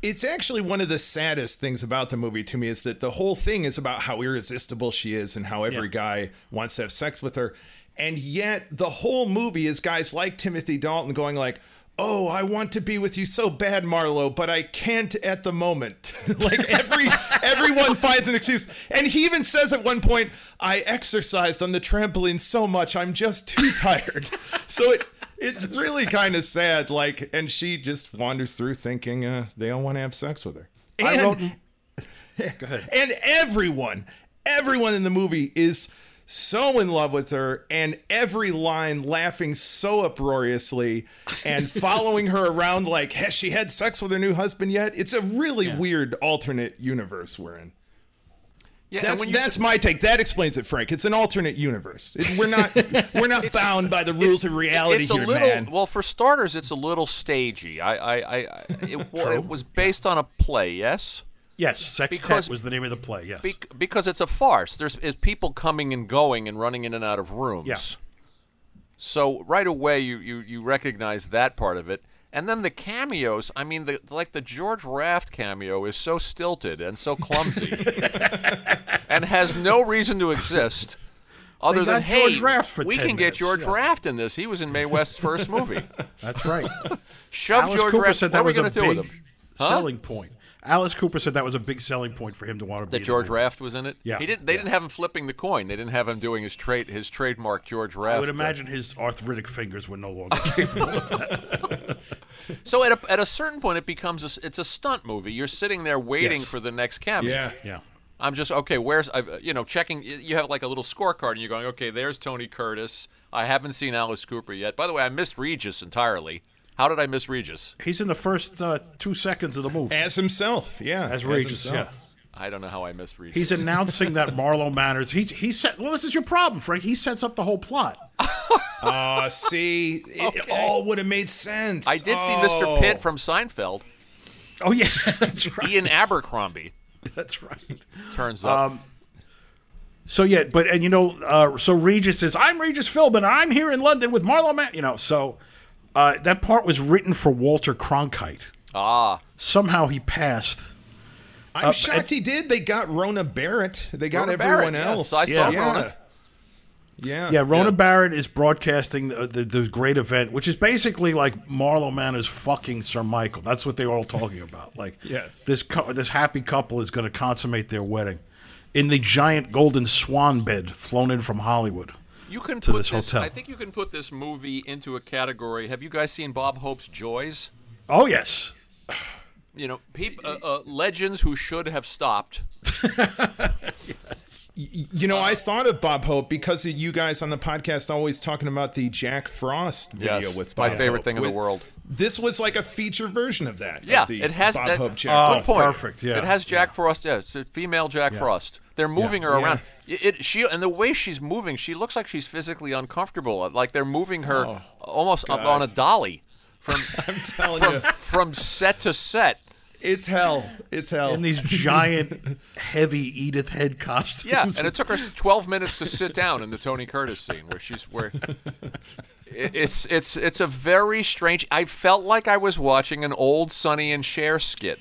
It's actually one of the saddest things about the movie to me is that the whole thing is about how irresistible she is and how every Yeah. guy wants to have sex with her. And yet the whole movie is guys like Timothy Dalton going like, "Oh, I want to be with you so bad, Marlo, but I can't at the moment." like every everyone finds an excuse. And he even says at one point, "I exercised on the trampoline so much, I'm just too tired." so it it's really kind of sad. Like, and she just wanders through thinking uh, they all want to have sex with her. And, I wrote. and everyone, everyone in the movie is so in love with her, and every line laughing so uproariously and following her around like, has she had sex with her new husband yet? It's a really weird alternate universe we're in. Yeah, and That's when you that's my take. That explains it, Frank. It's an alternate universe. It- we're not we're not bound by the rules of reality it's here, a little, man. Well, for starters, it's a little stagey. I, I, I I- it, wa- it was based on a play, yes, Yes, sextet Because- was the name of the play. Yes, Be- because it's a farce. There's is people coming and going and running in and out of rooms. Yeah. So right away, you, you you recognize that part of it, and then the cameos. I mean, the like the George Raft cameo is so stilted and so clumsy, and has no reason to exist. Other They than got George hey, Raft for we 10 can get minutes, George yeah. Raft in this. He was in Mae West's first movie. that's right. Shove Alice George Cooper Raft. said what that are we was a going to do with big him? selling point. Alice Cooper said that was a big selling point for him to want to be That in the George movie. Raft was in it. Yeah. He didn't. They didn't have him flipping the coin. They didn't have him doing his trade his trademark George Raft. I would imagine his arthritic fingers were no longer capable. So at a, at a certain point, it becomes a, s- it's a stunt movie. You're sitting there waiting Yes. for the next cameo. yeah. yeah. I'm just okay. Where's I? have You know, checking. y- You have like a little scorecard, and you're going, okay, there's Tony Curtis. I haven't seen Alice Cooper yet. By the way, I missed Regis entirely. How did I miss Regis? He's in the first uh, two seconds of the movie. As himself, yeah. As Regis, yeah. himself. I don't know how I missed Regis. He's announcing that Marlo Manners. He he said, "Well, this is your problem, Frank. He sets up the whole plot." Ah, see, it Okay. all would have made sense. I did see Oh. Mr. Pitt from Seinfeld. Oh yeah, that's right. Ian Abercrombie That's right. turns Um, up. So yeah, but and you know, uh, so Regis says, "I'm Regis Philbin. and I'm here in London with Marlo Man." You know, so uh, that part was written for Walter Cronkite. Ah, somehow he passed. Ah, Um, Uh, I'm shocked he did. They got Rona Barrett. They got Rona Barrett, everyone yeah. else. So I saw yeah. Rona. Yeah. Yeah, Rona Barrett is broadcasting the, the the great event, which is basically like Marlo Man is fucking Sir Michael. That's what they were all talking about. Like, Yes. this cou- this happy couple is going to consummate their wedding in the giant golden swan bed flown in from Hollywood. You can to put this hotel. I think you can put this movie into a category. Have you guys seen Bob Hope's Joys? Oh yes, You know, peop, uh, uh, legends who should have stopped. You know, I thought of Bob Hope because of you guys on the podcast always talking about the Jack Frost video Yes, with it's my Bob favorite Hope thing in the with- world. This was like a feature version of that. of Yeah, the it has Bob that. Hope Jack Oh, good Frost. point. perfect, yeah, it has Jack Frost. Yeah, it's a female Jack Frost. They're moving her Yeah. around. It, it- she and the way she's moving, she looks like she's physically uncomfortable. Like they're moving her Oh. almost up on a dolly from telling from, you. from set to set. It's hell. It's hell. in these giant heavy Edith head costumes. Yeah, and it took her 12 minutes to sit down in the Tony Curtis scene where she's where It- it's it's it's a very strange. I felt like I was watching an old Sonny and Cher skit.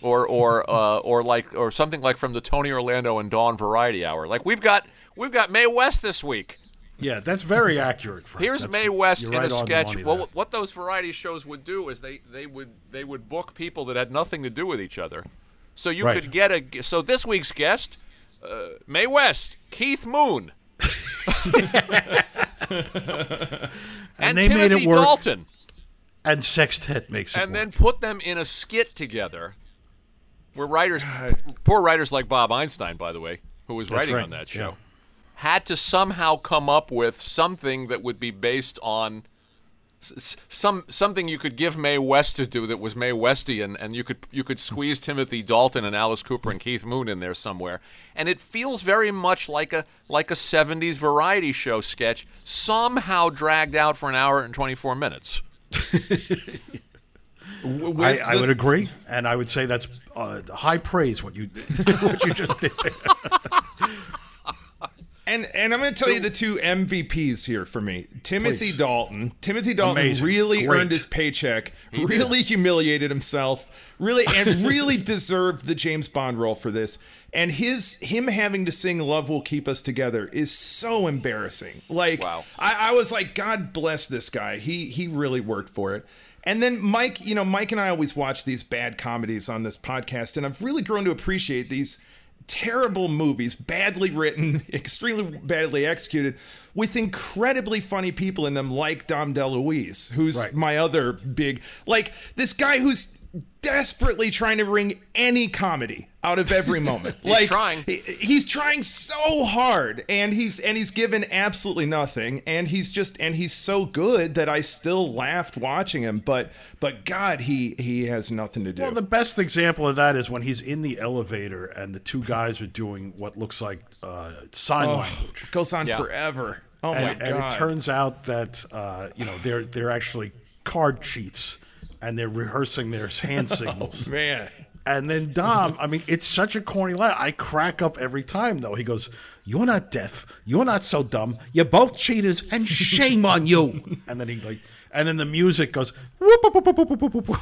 Or or uh, or like or something like from the Tony Orlando and Dawn Variety Hour. Like we've got we've got Mae West this week. Yeah, that's very accurate. Frank. Here's That's- Mae West you're in right a on the sketch. money Well, there. what those variety shows would do is they, they would they would book people that had nothing to do with each other. So you Right. could get a so this week's guest, uh, Mae West, Keith Moon, and, they made Timothy it work. Dalton, and sextet makes it. and then work. put them in a skit together. Where writers, p- poor writers like Bob Einstein, by the way, who was writing right, on that yeah. show, had to somehow come up with something that would be based on s- some something you could give Mae West to do that was Mae Westian, and you could you could squeeze Timothy Dalton and Alice Cooper and Keith Moon in there somewhere, and it feels very much like a like a '70s variety show sketch, somehow dragged out for an hour and 24 minutes. W- I, with I would this- agree, and I would say that's uh, high praise what you what you just did. there. And and I'm going to tell you the two MVPs here for me. Timothy Please. Dalton. Timothy Dalton Amazing. really Great. earned his paycheck. really humiliated himself. Really and really deserved the James Bond role for this. And his him having to sing "Love Will Keep Us Together" is so embarrassing. Like Wow. I, I was like, God bless this guy. He he really worked for it. And then Mike, you know, Mike and I always watch these bad comedies on this podcast, and I've really grown to appreciate these terrible movies, badly written, extremely badly executed, with incredibly funny people in them, like Dom DeLuise, who's Right. my other big like this guy who's desperately trying to wring any comedy out of every moment. like trying. he- he's trying so hard and he's and he's given absolutely nothing and he's just and he's so good that I still laughed watching him but but god he he has nothing to do. Well, the best example of that is when he's in the elevator and the two guys are doing what looks like uh, sign language. goes on Yeah. forever. Oh my and, god. and it turns out that uh, you know they're they're actually card cheats and they're rehearsing their hand signals. man. And then Dom, I mean, it's such a corny laugh. I crack up every time though. He goes, "You're not deaf. You're not so dumb. You're both cheaters, and shame on you." And then he like, and then the music goes, whoop, whoop, whoop, wop, whoop, whoop, whoop, whoop,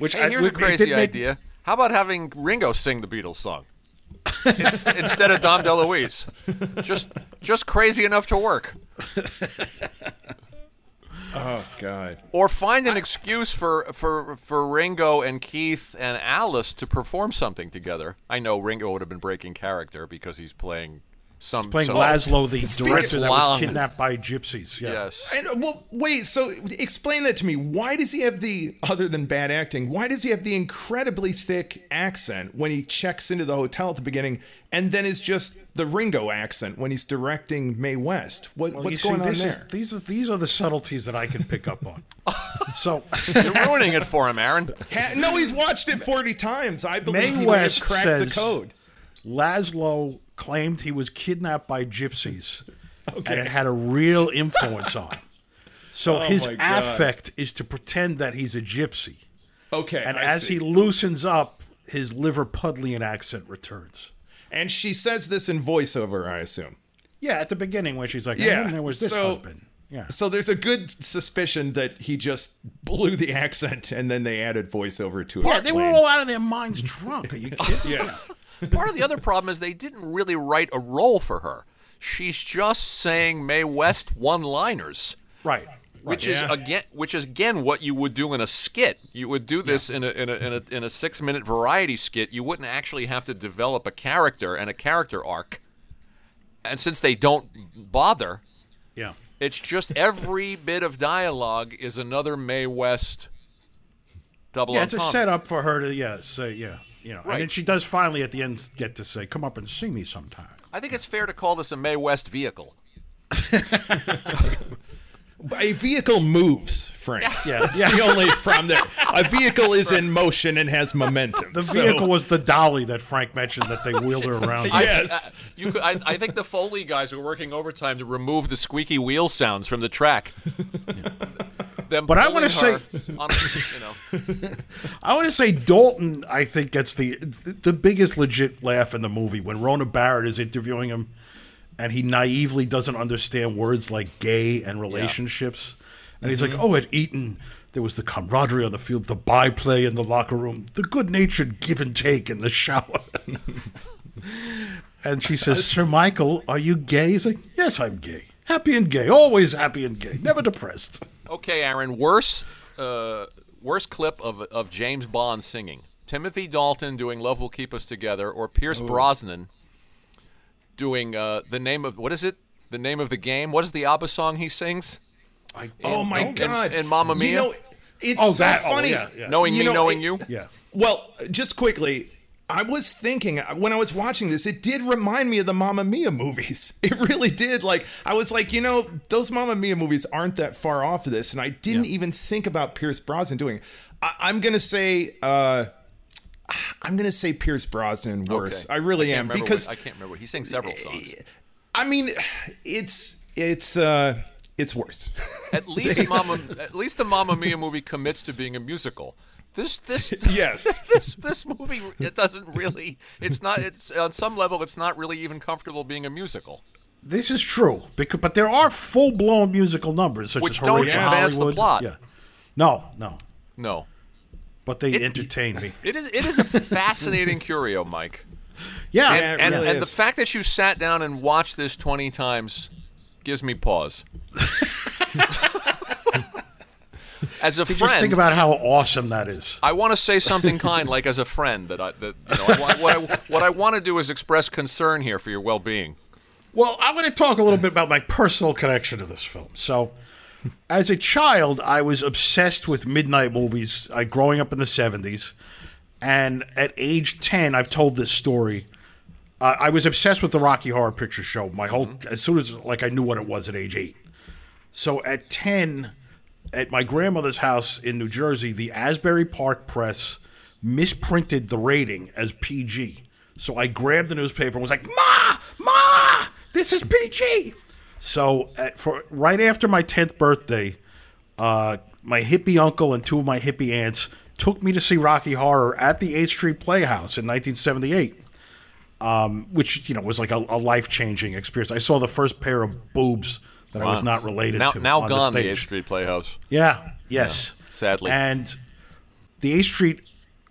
which Hey, I- here's a it didn't crazy make- idea. How about having Ringo sing the Beatles song Ins- instead of Dom DeLuise? Just, just crazy enough to work. Oh god. Or find an excuse for, for, for Ringo and Keith and Alice to perform something together. I know Ringo would have been breaking character because he's playing some Playing some- Laszlo, the Speaking director that long. was kidnapped by gypsies. Yeah. Yes. And well, wait. So explain that to me. Why does he have the other than bad acting? Why does he have the incredibly thick accent when he checks into the hotel at the beginning, and then is just the Ringo accent when he's directing Mae West? What, Well, what's you see, going on this is- there? these is these are the subtleties that I can pick up on. so You're ruining it for him, Aaron. Ha- no, he's watched it forty times. I believe Mae he might have West cracked says- the code. Laszlo claimed he was kidnapped by gypsies, and it had a real influence on him. So his my God. affect is to pretend that he's a gypsy, Okay, and I as see. he loosens up, his Liverpudlian accent returns. and she says this in voiceover, I assume. Yeah, at the beginning when she's like, "And Yeah, then there was this so- husband." Yeah, So there's a good suspicion that he just blew the accent, and then they added voiceover to it. yeah, they were explain. all out of their minds drunk. Are you kidding? Yes. Part of the other problem is they didn't really write a role for her. She's just saying Mae West one-liners. right. right. which is Yeah. again which is again what you would do in a skit you would do this in, a, in a in a in a 6 minute variety skit you wouldn't actually have to develop a character and a character arc and since they don't bother Yeah. it's just every bit of dialogue is another Mae West double Yeah, it's a entendre. setup for her to yeah say yeah you know, Right. and then she does finally at the end get to say, "Come up and see me sometime." I think it's fair to call this a Mae West vehicle A vehicle moves, Frank. Yeah. That's Yeah. the only problem there. A vehicle is in motion and has momentum. The so- vehicle was the dolly that Frank mentioned that they wheeled her around. I- Yes. uh, you could, I, I think the Foley guys were working overtime to remove the squeaky wheel sounds from the track. Them But I pulling wanna say- her on a- you know, I want to say Dalton. I think gets the the biggest legit laugh in the movie when Rona Barrett is interviewing him, and he naively doesn't understand words like gay and relationships, and he's like, "Oh, at Eton." There was the camaraderie on the field, the byplay in the locker room, the good-natured give and take in the shower. and she says, "Sir Michael, are you gay?" He's like, "Yes, I'm gay." Happy and gay, always happy and gay, never depressed. Okay, Aaron. Worst, uh, worst clip of of James Bond singing. Timothy Dalton doing "Love Will Keep Us Together" or Pierce Brosnan doing uh, the name of what is it? The name of the game. What is the ABBA song he sings? I, Oh my don't- god! and Mamma Mia? You know, it's Oh, so that- oh, funny. yeah, yeah. Knowing me, know, knowing it- you. Yeah. Well, just quickly, I was thinking uh, when I was watching this, it did remind me of the Mamma Mia movies. It really did. Like I was like, you know, those Mamma Mia movies aren't that far off of this, and I didn't even think about Pierce Brosnan doing. It. I, I'm gonna say. uh I'm gonna say Pierce Brosnan worse. Okay. I really can't am remember because what, I can't remember. He sings several songs. I mean, it's it's uh it's worse. At least Mama, at least the Mamma Mia movie commits to being a musical. This this yes. this this movie it doesn't really. It's not. It's on some level it's not really even comfortable being a musical, This is true, because but there are full blown musical numbers such Which as don't Hooray for advance the Hollywood. plot. Yeah. No, no, No, but they entertain me. it is it is a fascinating curio, Mike. Yeah, Yeah, it and, really and the is. fact that you sat down and watched this 20 times gives me pause. as a just friend, think about how awesome that is. I want to say something kind, like as a friend, that I, that, you know, I, wa- what, I, what I want to do is express concern here for your well being. Well, I'm going to talk a little bit about my personal connection to this film. So, as a child, I was obsessed with midnight movies. I growing up in the 70s, and at age 10, I've told this story. Uh, I was obsessed with the Rocky Horror Picture Show. My whole as soon as like I knew what it was at age 8. So at 10, at my grandmother's house in New Jersey, the Asbury Park Press misprinted the rating as PG. So I grabbed the newspaper and was like, Ma! Ma! This is PG! So at, for right after my 10th birthday, uh, my hippie uncle and two of my hippie aunts took me to see Rocky Horror at the 8th Street Playhouse in 1978 which you know was like a, a life changing experience. I saw the first pair of boobs that I was not related Now, to. now on gone, the the stage. 8th Street Playhouse. Yeah. Yes. sadly. And the A Street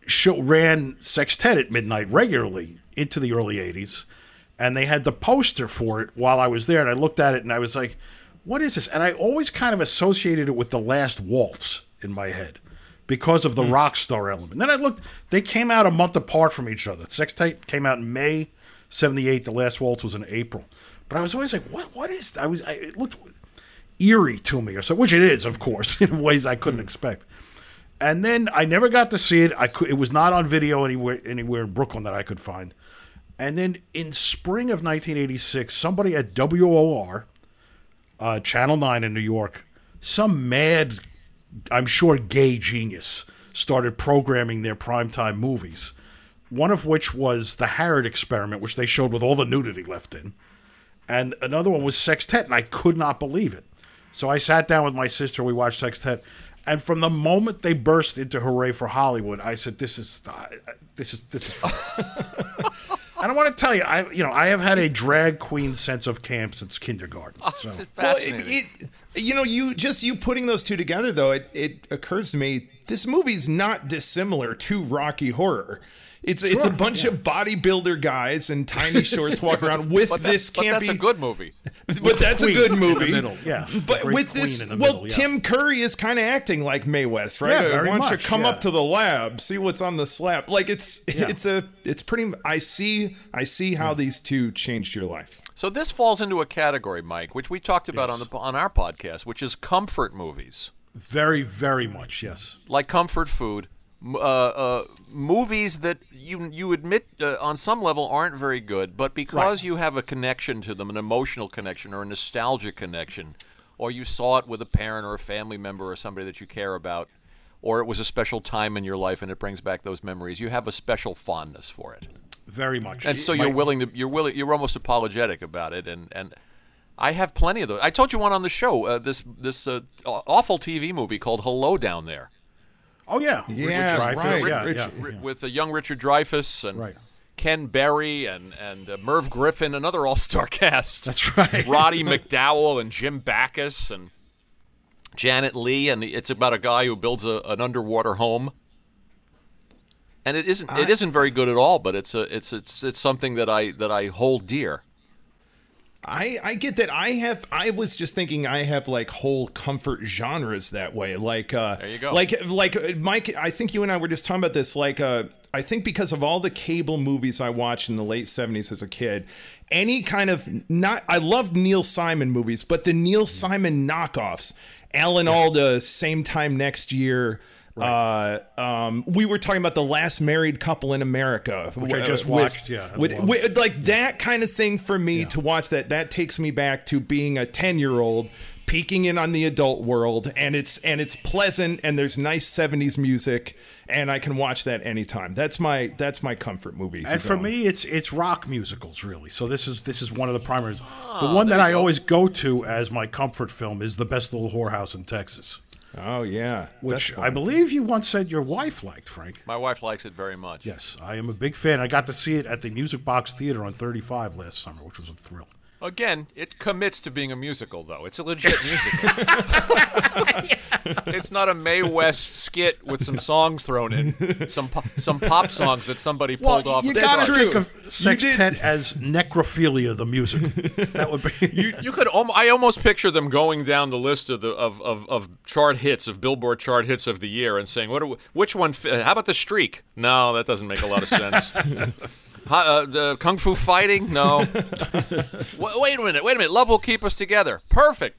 show ran Sextet at midnight regularly into the early '80s, and they had the poster for it while I was there, and I looked at it and I was like, "What is this?" And I always kind of associated it with the Last Waltz in my head because of the Hmm. rock star element. Then I looked; they came out a month apart from each other. Sextet came out in May '78. The Last Waltz was in April. But I was always like, "What? What is?" I was. I, it looked eerie to me, or so, which it is, of course, in ways I couldn't expect. And then I never got to see it. I could, it was not on video anywhere anywhere in Brooklyn that I could find. And then in spring of 1986, somebody at WOR, uh, Channel Nine in New York, some mad, I'm sure gay genius started programming their primetime movies. One of which was the Harrod Experiment, which they showed with all the nudity left in and another one was Sextet, and I could not believe it. So I sat down with my sister. We watched Sextet, and from the moment they burst into "Hooray for Hollywood," I said, "This is this is this is." and I want to tell you, I you know I have had a drag queen sense of camp since kindergarten. It's So Well, fascinating. it, it, you know, you just you putting those two together though, it, it occurs to me this movie's not dissimilar to Rocky Horror. It's it's a bunch of bodybuilder guys in tiny shorts walk around with but this that's, but campy. that's a good movie. but that's a Queen good in the movie. middle, yeah. But Great with Queen this, in the well, middle, yeah. Tim Curry is kind of acting like Mae West, right? Yeah, Uh, very Why don't you much, come yeah. up to the lab, see what's on the slab? Like it's Yeah. it's a it's pretty. I see I see how these two changed your life. So this falls into a category, Mike, which we talked about on the on our podcast, which is comfort movies. very very much yes. like comfort food, m- uh, uh, movies that you you admit uh, on some level aren't very good, but because you have a connection to them, an emotional connection or a nostalgic connection, or you saw it with a parent or a family member or somebody that you care about, or it was a special time in your life and it brings back those memories, you have a special fondness for it, Very much, and so My- you're willing to you're willing you're almost apologetic about it, and and. I have plenty of those. I told you one on the show. Uh, this this uh, aw- awful TV movie called Hello Down There. Oh yeah, Yeah, Richard Dreyfuss, right. yeah, Rich- yeah. ri- with uh, young Richard Dreyfuss and Right. Ken Berry and and uh, Merv Griffin, another all-star cast. That's right. Roddy McDowell and Jim Backus and Janet Lee, and it's about a guy who builds a, an underwater home. And it isn't it isn't very good at all, but it's a it's it's it's something that I that I hold dear. I, I get that I have I was just thinking I have like whole comfort genres that way like uh There you go. like like uh, Mike I think you and I were just talking about this like uh I think because of all the cable movies I watched in the late 70s as a kid any kind of not I loved Neil Simon movies but the Neil Mm-hmm. Simon knockoffs Alan Alda same time next year uh um we were talking about the last married couple in America which I just watched, yeah, I with, loved. with it- like that kind of thing for me to watch that that takes me back to being a 10 year old peeking in on the adult world and it's and it's pleasant and there's nice 70s music and i can watch that anytime that's my that's my comfort movie And for me, it's it's rock musicals really. So this is this is one of the primaries. the one that I always go to as my comfort film is the best little whorehouse in Texas, oh yeah which That's I fun. believe you once said your wife liked, Frank. My wife likes it very much. Yes, I am a big fan. I got to see it at the Music Box Theater on 35 last summer, which was a thrill. Again, it commits to being a musical, though. It's a legit musical. It's not a May West skit with some songs thrown in, some po- some pop songs that somebody pulled off. you of the chart. gotta true. think of You Sextet as necrophilia, the music. that would be. You could. Om- I almost picture them going down the list of the of, of, of chart hits of Billboard chart hits of the year and saying, "What? Are, we- which one? Fi- how about the streak? No, that doesn't make a lot of sense. Hi- uh, the kung fu fighting? No. Wa- wait a minute. Wait a minute. Love will keep us together. Perfect.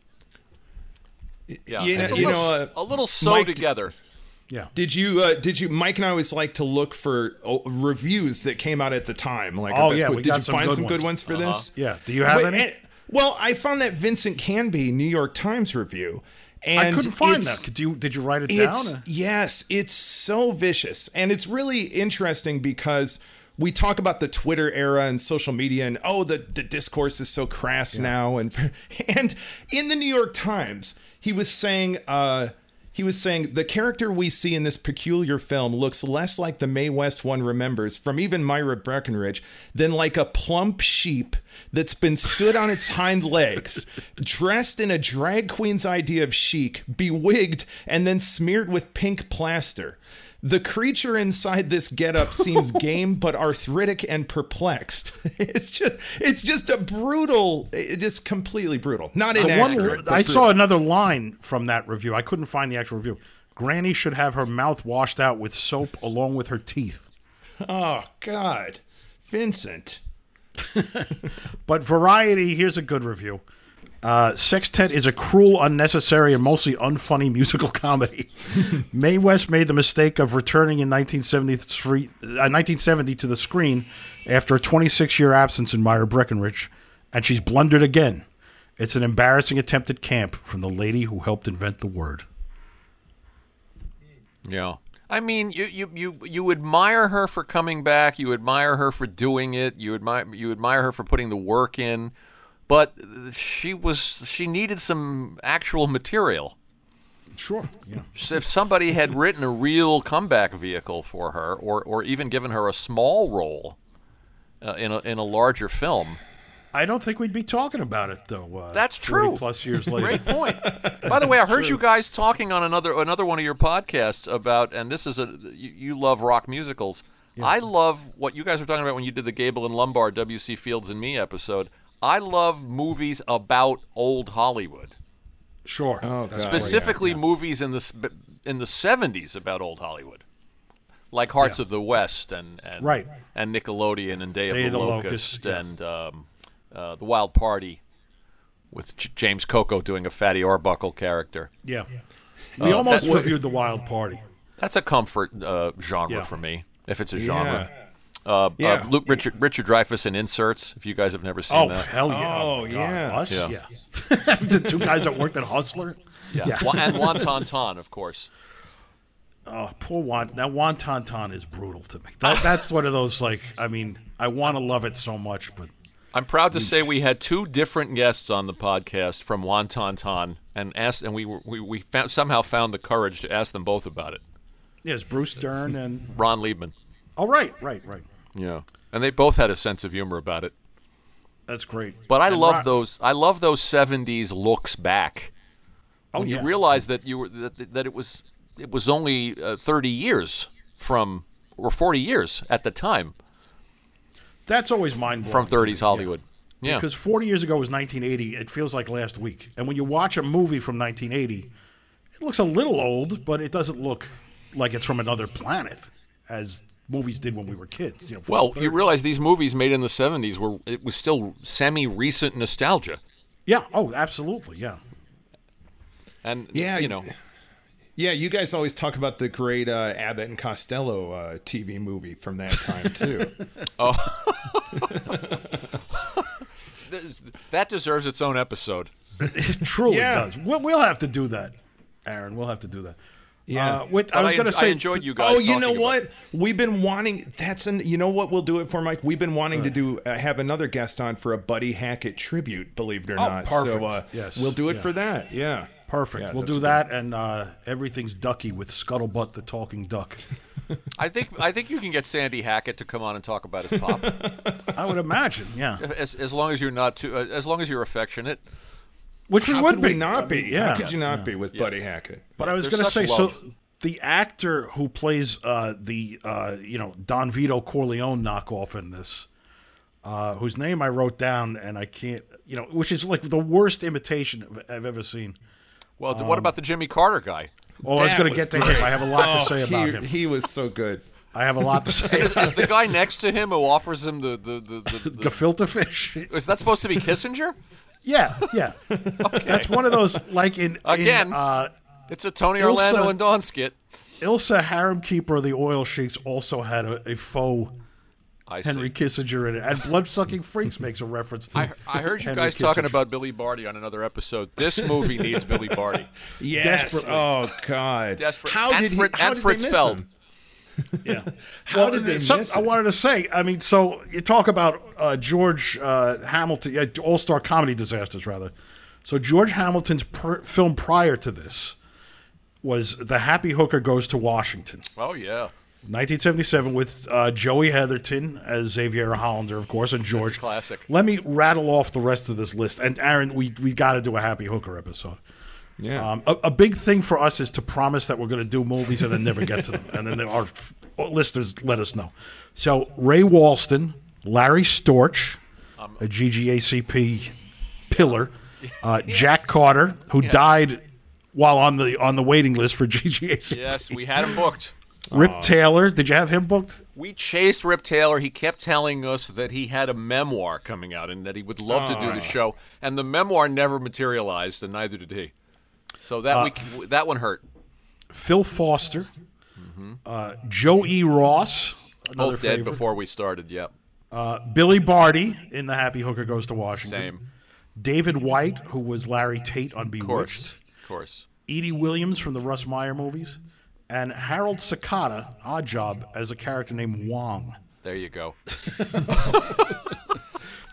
Yeah. you It's know- a you little, know, uh, a little so Mike- together. yeah. did you uh, did you Mike and I always like to look for oh, reviews that came out at the time like our Oh, best yeah, quote. we did got you some find good some good ones ones. Uh-huh. for this Yeah. Do you have Wait, any? and- well I found that Vincent Canby New York Times review and I couldn't find it's- that. Did you, did you write it It's down? yes, it's so vicious, and it's really interesting because we talk about the Twitter era and social media, and oh, the the discourse is so crass now, and and in the New York Times, he was saying. uh he was saying the character we see in this peculiar film looks less like the May West one remembers from even Myra Breckenridge than like a plump sheep that's been stood on its hind legs, dressed in a drag queen's idea of chic, bewigged, and then smeared with pink plaster. The creature inside this getup seems game but arthritic and perplexed. It's just it's just a brutal it- just completely brutal. Not The one- inaccurate. but I brutal. saw another line from that review. I couldn't find the actual review. Granny should have her mouth washed out with soap along with her teeth. Oh god. Vincent. But Variety, here's a good review. Uh, Sextet is a cruel, unnecessary, and mostly unfunny musical comedy. Mae West made the mistake of returning in 1973, uh, 1970 to the screen after a 26 year absence in Myra Breckenridge, and she's blundered again. It's an embarrassing attempt at camp from the lady who helped invent the word. Yeah. I mean, you, you, you, you admire her for coming back. You admire her for doing it. You admire you admire her for putting the work in, but she was she needed some actual material. Sure. Yeah. So if somebody had written a real comeback vehicle for her, or, or even given her a small role uh, in a in a larger film, I don't think we'd be talking about it though. Uh, That's 40 true. Plus years later. Great point. By the way, I heard you guys talking on another another one of your podcasts about, and this is a you, you love rock musicals. I love what you guys were talking about when you did the Gable and Lombard W.C. Fields and Me episode. I love movies about old Hollywood, Sure. Oh, specifically movies in the s- b- in the seventies about old Hollywood, like Hearts of the West and, and Right. and Nickelodeon and Day, Day of the, Locust, and um, uh, the Wild Party with J- James Coco doing a Fatty Arbuckle character. Yeah. Oh, We almost that- reviewed the Wild Party. That's a comfort uh, genre Yeah. for me, if it's a genre. Yeah. Uh, Luke Richard Richard Dreyfuss in Inserts. If you guys have never seen Oh that, hell yeah! Oh, my God. yeah. us Yeah. yeah. the two guys that worked at Hustler. yeah, Wa- and Wonton Ton, of course. Oh, poor Juan. Now Juan Tantan is brutal to me. That, that's one of those like I mean I want to love it so much, but I'm proud to say we had two different guests on the podcast from Wonton Ton, and asked, and we were, we, we found, somehow found the courage to ask them both about it. yeah, it's Bruce Dern and Ron Liebman, oh right, right, right. yeah, and they both had a sense of humor about it. That's great. But I And love Ron- those. I love those '70s looks back. Oh, when yeah. you realize that you were that, that it was it was only uh, 30 years from or 40 years at the time That's always mind blowing from 30s Hollywood. Yeah. Because 40 years ago was 1980. It feels like last week. And when you watch a movie from 1980, it looks a little old, but it doesn't look like it's from another planet as movies did when we were kids. You know, from Well, the you 30s. realize these movies made in the 70s were it was still semi-recent nostalgia. yeah. Oh, absolutely. Yeah. And Yeah, you know, Yeah, you guys always talk about the great uh, Abbott and Costello uh, TV movie from that time too. th- that deserves its own episode. It truly Yeah. does. We'll, we'll have to do that, Aaron. We'll have to do that. Yeah. Uh, with, But I was going to say. I enjoyed you guys. oh, you talking know about- what? We've been wanting. That's an. You know what? We'll do it for Mike. We've been wanting to do uh, have another guest on for a Buddy Hackett tribute. Believe Oh, it or not. perfect. So uh, Yes. we'll do it Yeah. for that. Yeah. Perfect. Yeah, we'll that's do good. that, and uh, everything's ducky with Scuttlebutt the talking duck. I think I think you can get Sandy Hackett to come on and talk about his pop, I would imagine, yeah. as, as long as you're not too, uh, as long as you're affectionate. Which we How would could be. we not be? yeah. How could you Yes, not be with Buddy Hackett? But I was There's going to say, such so love. the actor who plays uh, the uh, you know Don Vito Corleone knockoff in this, uh, whose name I wrote down, and I can't, you know, which is like the worst imitation I've- I've ever seen. Well, Um, th- what about the Jimmy Carter guy? Oh, I was That going to was get to great. him. I have a lot Oh, to say about he, him. he was so good. I have a lot to say. about Is the guy next to him who offers him the the the, the, the Gefilte fish. is that supposed to be Kissinger? Yeah, yeah. That's one of those like in Again. In, uh, It's a Tony Ilsa- Orlando and Dawn skit. Ilsa Harem Keeper of the Oil Sheiks also had a, a faux I see. Henry Kissinger in it, and Bloodsucking Freaks makes a reference to. I, I heard you Henry guys talking Kissinger. about Billy Barty on another episode. This movie needs Billy Barty. Yes. Desperately. Oh God. Desperate- How and did he? Fritz- how and did Fritz they miss Feld. him? Yeah. How Well, did they some- miss I it? wanted to say. I mean, so you talk about uh, George uh, Hamilton, uh, All Star Comedy Disasters, rather. So George Hamilton's pr- film prior to this was The Happy Hooker Goes to Washington. Oh yeah, 1977 with uh, Joey Heatherton as Xavier Hollander, of course, and George. classic. Let me rattle off the rest of this list. And Aaron, we we got to do a Happy Hooker episode. Yeah. Um, a, a big thing for us is to promise that we're going to do movies and then never get to them. And then there are f- listeners let us know. So Ray Walston, Larry Storch, Um, a GGACP pillar, uh, Jack Carter, who died while on the on the waiting list for GGACP. yes, we had him booked. Rip Uh, Taylor, did you have him booked? We chased Rip Taylor. He kept telling us that he had a memoir coming out and that he would love to Oh. do the show. And the memoir never materialized, and neither did he. So that Uh, we, that one hurt. Phil Foster, Mm-hmm. uh, Joe E. Ross, another Both dead favorite, before we started. Yep, Billy Barty in The Happy Hooker Goes to Washington, same. David White, who was Larry Tate on Of course, Bewitched, of course. Edie Williams from the Russ Meyer movies, and Harold Sakata, Odd Job, as a character named Wong. There you go.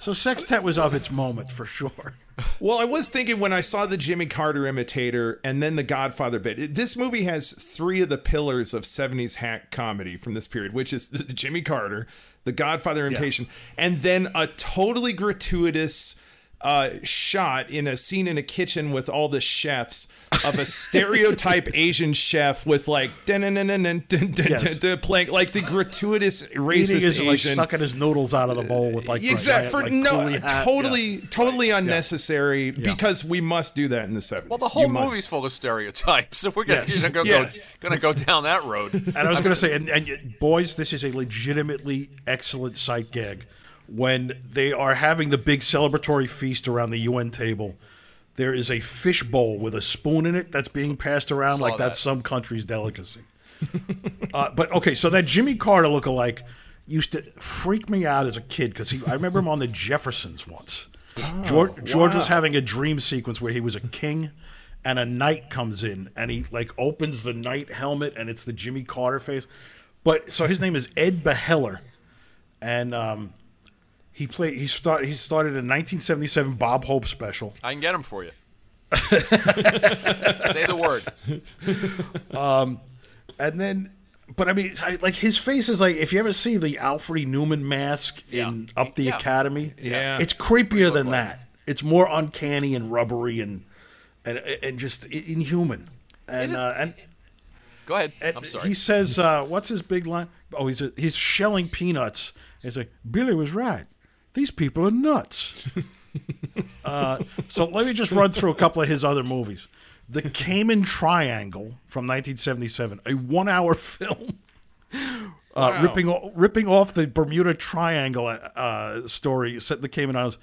So Sextet was of its moment for sure. Well, I was thinking when I saw the Jimmy Carter imitator and then the Godfather bit. it- This movie has three of the pillars of 70s hack comedy from this period, which is Jimmy Carter, the Godfather imitation, and then a totally gratuitous uh, shot in a scene in a kitchen with all the chefs of a stereotype Asian chef with like dun dun dun dun dun dun dun Yes. dun playing like the gratuitous racist Eating is Asian like sucking his noodles out of the bowl with like exactly for like, no coolie hat. totally Yeah. totally unnecessary because we must do that in the 70s Well, the You whole must- movie's full of stereotypes. If we're gonna, Yes. you're gonna, go, Yes. gonna go down that road, And I was going to say, and, and yet, boys, this is a legitimately excellent sight gag. When they are having the big celebratory feast around the UN table, there is a fish bowl with a spoon in it that's being passed around Saw like that's that. some country's delicacy. uh, but okay, so that Jimmy Carter lookalike used to freak me out as a kid because I remember him on the Jeffersons once. Oh, George, George was having a dream sequence where he was a king and a knight comes in and he like opens the knight helmet and it's the Jimmy Carter face. But so his name is Ed Beheller and um, he played he start he started a 1977 Bob Hope special. I can get him for you. Say the word. And then, but I mean, I, like his face is like if you ever see the Alfred Newman mask in Yeah. Up the Yeah. Academy, Yeah. it's creepier than that. It's more uncanny and rubbery and and and just i- inhuman. And uh, and, Go ahead. and I'm sorry. he says, uh, "What's his big line?" Oh, he's he's shelling peanuts. He's like, "Billy was right. these people are nuts. uh, so let me just run through a couple of his other movies. The Cayman Triangle from 1977, a one-hour film. Uh, ripping o- ripping off the Bermuda Triangle uh, story set in the Cayman Islands.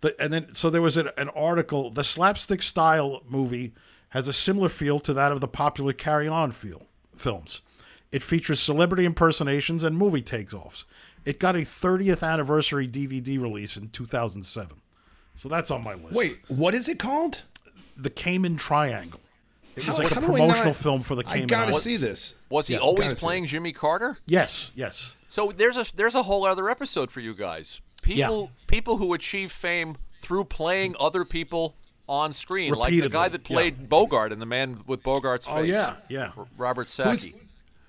The, and then so there was an, an article. The slapstick style movie has a similar feel to that of the popular Carry On feel, films. It features celebrity impersonations and movie takeoffs. It got a 30th anniversary DVD release in 2007. So that's on my list. Wait, what is it called? the Cayman Triangle. It was How- like a how do I promotional not- film for the Cayman I gotta Islands. see this. Was he Yeah, always gotta see playing it. Jimmy Carter? Yes, yes. So there's a there's a whole other episode for you guys. People people who achieve fame through playing other people on screen, like the guy Repeatedly, that yeah. played Bogart in the Man with Bogart's Oh Face. yeah, yeah. R- Robert Who's, Sackey.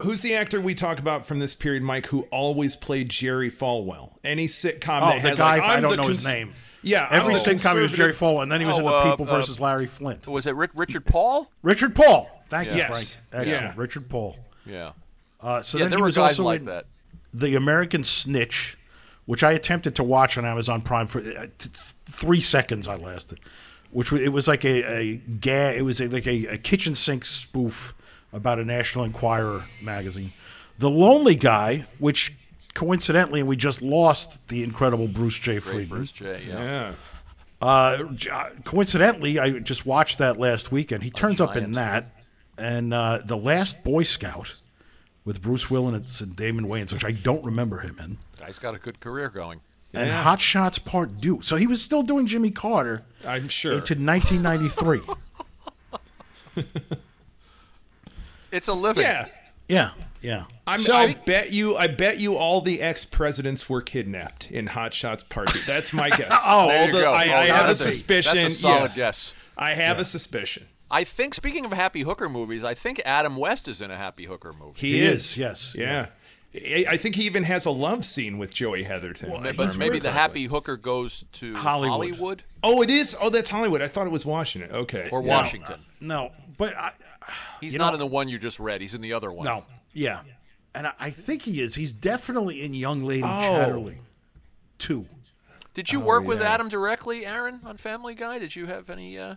who's the actor we talk about from this period, Mike, who always played Jerry Falwell? Any sitcom Oh, that the had, guy like, I I'm don't the know his cons- name. Yeah, I'm Every the sitcom he was Jerry conservative- Falwell, and then he was in Oh, The uh, People uh, versus Larry Flint. Was it Rick Richard Paul? Richard Paul. Thank you, Yes. Frank. Yeah. Excellent. Richard Paul. Yeah. Uh, so Yeah, then there he were was guys also like in that. The American Snitch, which I attempted to watch on Amazon Prime for uh, t- th- three seconds. I lasted, which wa- it was like a, a ga- It was a, like a, a kitchen sink spoof about a National Enquirer magazine. The Lonely Guy, which coincidentally we just lost the incredible Bruce J. Great Friedman. Bruce J. Yeah. Yeah. Uh, j- uh, coincidentally, I just watched that last weekend. He turns up in giant. that and uh, the Last Boy Scout with Bruce Willis and Damon Wayans, which I don't remember him in, Guy's got a good career going. and Hot Shots Part Two. So he was still doing Jimmy Carter I'm sure. into 1993. It's a living. Yeah. yeah, yeah. I'm, so I bet you. I bet you all the ex presidents were kidnapped in Hot Shots Part Two. That's my guess. Oh, All There you the- go. I, Oh, I have a that's suspicion. That's a solid yes. guess. I have a suspicion. I think, speaking of happy hooker movies, I think Adam West is in a happy hooker movie. He, He is. is, yes. Yeah. I I think he even has a love scene with Joey Heatherton. Ma- if I but remember maybe the correctly. happy hooker goes to Hollywood. Oh, it is. Oh, that's Hollywood. I thought it was Washington. Okay. or Yeah. Washington. no, but I, He's you not know- in the one you just read. He's in the other one. no, yeah, and I, I think he is. He's definitely in Young Lady Oh. Chatterley Two. Did you work with yeah. Adam directly, Aaron, on Family Guy? Did you have any? Uh...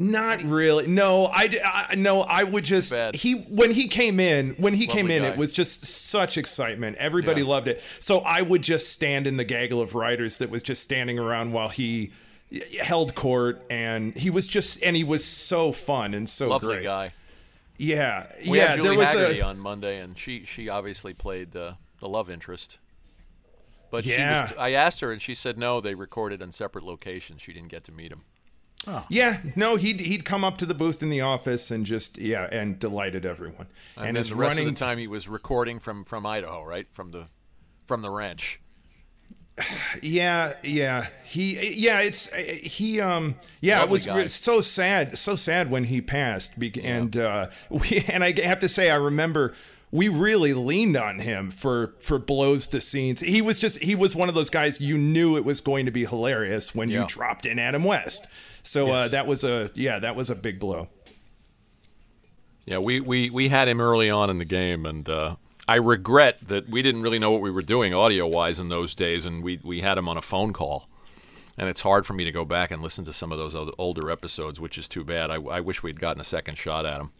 Not really. No, I, d- I- no, I would just Bad. he when he came in, when he came Lovely in, guy. it was just such excitement. Everybody Yeah. loved it. So I would just stand in the gaggle of writers that was just standing around while he y- held court and he was just and he was so fun and so Lovely great. guy. Yeah. We yeah, had Julie there was Haggerty a on Monday, and she she obviously played the the love interest. But Yeah. she was, I asked her, and she said no. They recorded on separate locations. She didn't get to meet him. Yeah, no, he'd he'd come up to the booth in the office and just yeah, and delighted everyone. And, then the rest of the time, he was recording from from Idaho, right from the from the ranch. Yeah, yeah. He yeah, it's uh, he um yeah, Lovely it was guy. so sad, so sad when he passed Be- and uh we and I have to say I remember we really leaned on him for for blows to scenes. He was just he was one of those guys you knew it was going to be hilarious when you Yeah. dropped in Adam West. So uh that was a yeah, that was a big blow. Yeah, we, we, we had him early on in the game, and uh, I regret that we didn't really know what we were doing audio wise in those days, and we, we had him on a phone call. And it's hard for me to go back and listen to some of those other, older episodes, which is too bad. I, I wish we'd gotten a second shot at him.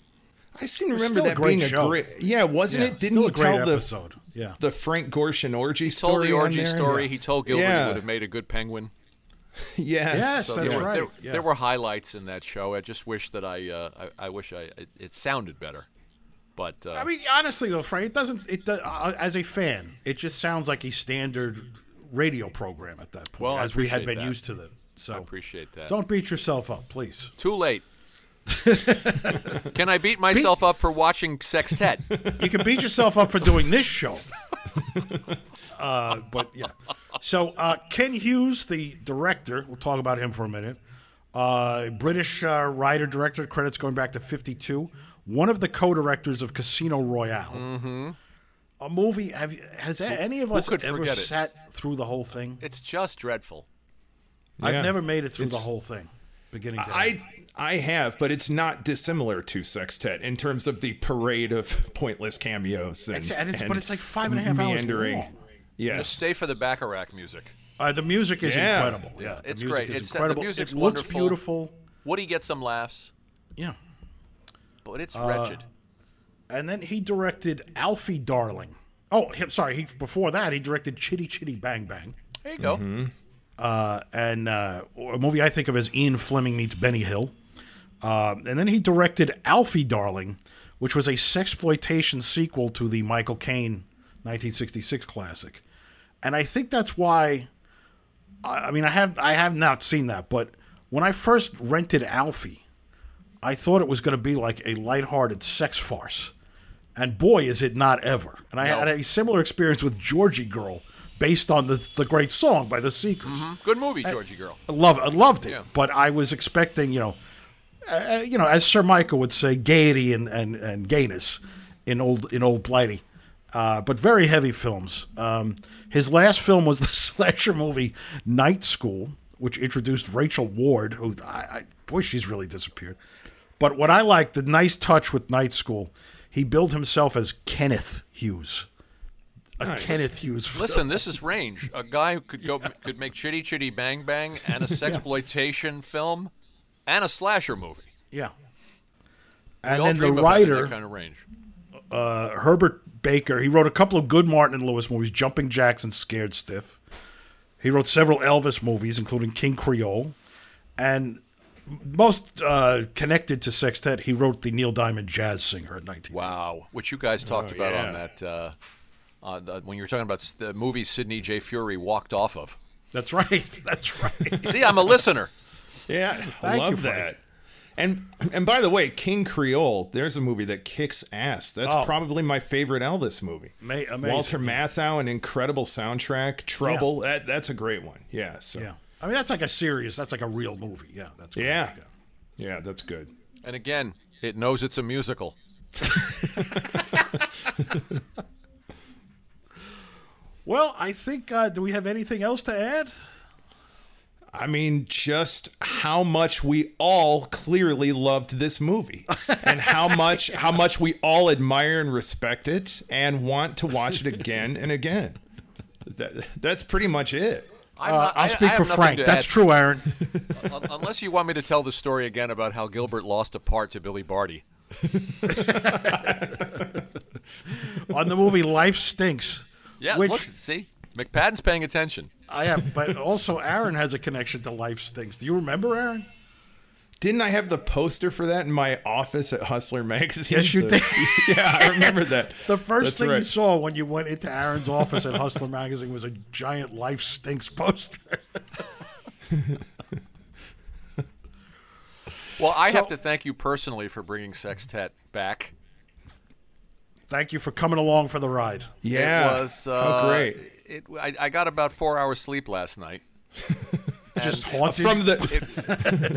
I seem to remember still a that great being a show. great Yeah, wasn't Yeah, it? Didn't still he a great tell the episode. Yeah. the Frank Gorshin orgy He told story. the on orgy there? story. Yeah. He told Gilbert yeah. he would have made a good penguin. Yes. Yes, So that's there were- right. There, yeah. there were highlights in that show. I just wish that I uh, I, I wish I it, it sounded better. But uh, I mean, honestly though, Frank, it doesn't. It does, uh, as a fan, it just sounds like a standard radio program at that point, Well, I as we had appreciate been that. used to them. So I appreciate that. Don't beat yourself up, please. Too late. Can I beat myself up for watching Sextet? You can beat yourself up for doing this show. Uh, but yeah, so uh, Ken Hughes, the director, we'll talk about him for a minute. Uh, British uh, writer director credits going back to '52. One of the co-directors of Casino Royale. Mm-hmm. A movie. Have you- has a- any of us could ever forget it? sat through the whole thing? It's just dreadful. Yeah. I've never made it through the It's- whole thing, beginning to end. I I have, but it's not dissimilar to Sextet in terms of the parade of pointless cameos and, It's- and it's- but and it's like five and a half hours meandering. long. Yes. Just stay for the Bacharach music. Uh, the music is Yeah. incredible. Yeah, the It's music great. is It's- uh, the incredible. music's it looks wonderful. beautiful. Woody gets some laughs, Yeah. but Uh, it's wretched. And then he directed Alfie Darling. Oh, he- sorry. He, before that, he directed Chitty Chitty Bang Bang, There you go. mm-hmm. and uh, a movie I think of as Ian Fleming meets Benny Hill. Um, and then he directed Alfie Darling, which was a sexploitation sequel to the Michael Caine 1966 classic. And I think that's why. I I mean, I have I have not seen that, but when I first rented Alfie, I thought it was going to be like a lighthearted sex farce, and boy, is it not ever! And I had a similar experience with Georgie Girl, based on the the great song by the Seekers. Good movie, Georgie girl. I love I loved it, Yeah. but I was expecting you know, uh, you know, as Sir Michael would say, gaiety and and and gayness in old in old Blighty. Uh, but very heavy films. Um, his last film was the slasher movie Night School, which introduced Rachel Ward, who I, I boy she's really disappeared. But what I like the nice touch with Night School, he billed himself as Kenneth Hughes, a Kenneth Hughes. film. Listen, this is range. A guy who could go could make Chitty Chitty Bang Bang and a sexploitation film and a slasher movie. yeah. We And all then the dream about having that writer, kind of range. Herbert Baker. He wrote a couple of good Martin and Lewis movies, Jumping Jacks and Scared Stiff. He wrote several Elvis movies, including King Creole. And most uh, connected to Sextet, he wrote the Neil Diamond Jazz Singer in 19. Wow, which you guys Oh, talked about yeah. on that uh, on the, when you were talking about s- the movie Sidney J. Fury walked off of. That's right. That's right. See, I'm a listener. Yeah, I you, love Frank. that. And and by the way, King Creole, there's a movie that kicks ass. That's Oh. probably my favorite Elvis movie. Ma- amazing. Walter Matthau, an incredible soundtrack. Trouble, that that's a great one. Yeah. So yeah. yeah, I mean, that's like a serious, that's like a real movie. Yeah. That's great. yeah, that's good. And again, it knows it's a musical. Well, I think, uh, do we have anything else to add? I mean, just how much we all clearly loved this movie, and how much how much we all admire and respect it, and want to watch it again and again. That, that's pretty much it. I'm Uh, not- I- I I'll speak have for nothing Frank. to That's add. true, Aaron. Un- Unless you want me to tell the story again about how Gilbert lost a part to Billy Barty. On the movie Life Stinks. Yeah, which look, see, McPadden's paying attention. I have, but also Aaron has a connection to life things. Do you remember Aaron? Didn't I have the poster for that in my office at Hustler Magazine? Yes, you The- did. yeah, I remember that. The first That's thing you right. saw when you went into Aaron's office at Hustler Magazine was a giant "Life Stinks" poster. Well, I have to thank you personally for bringing Sextet back. Thank you for coming along for the ride. Yeah. It was uh, Oh, great. It, I, I got about four hours sleep last night. Just And haunted. From the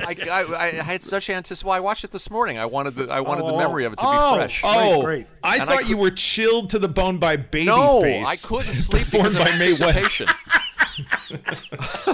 I, I, I had such anticipation. Well, I watched it this morning. I wanted the I wanted the Oh, memory of it to oh, be fresh. oh, great. I And I thought cou- you were chilled to the bone by Babyface. no, I couldn't sleep Performed because of by Mae West. anticipation.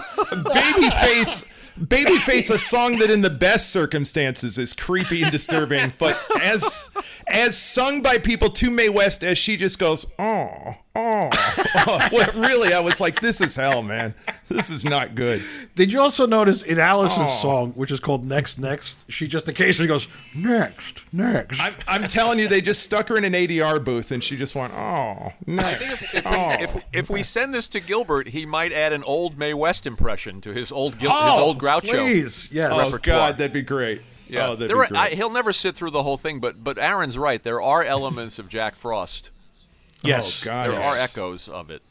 Babyface, Babyface, a song that in the best circumstances is creepy and disturbing, but as as sung by people to Mae West, as she just goes, oh, oh, oh. Well, really, I was like, this is hell, man. This is not good. Did you also notice in Alice's song, which is called "Next Next," she just occasionally goes "Next, Next." I'm, I'm telling you, they just stuck her in an ADR booth, and she just went, "Oh, next, If, if, oh." we, if, if we send this to Gilbert, he might add an old Mae West impression to his old Gil- his old Groucho. Oh, Please, yes. oh repertoire. God, that'd be great. Yeah, oh, that'd There be are- great. I, he'll never sit through the whole thing, but but Aaron's right. There are elements of Jack Frost. yes. oh Ah, God, There yes. are echoes of it.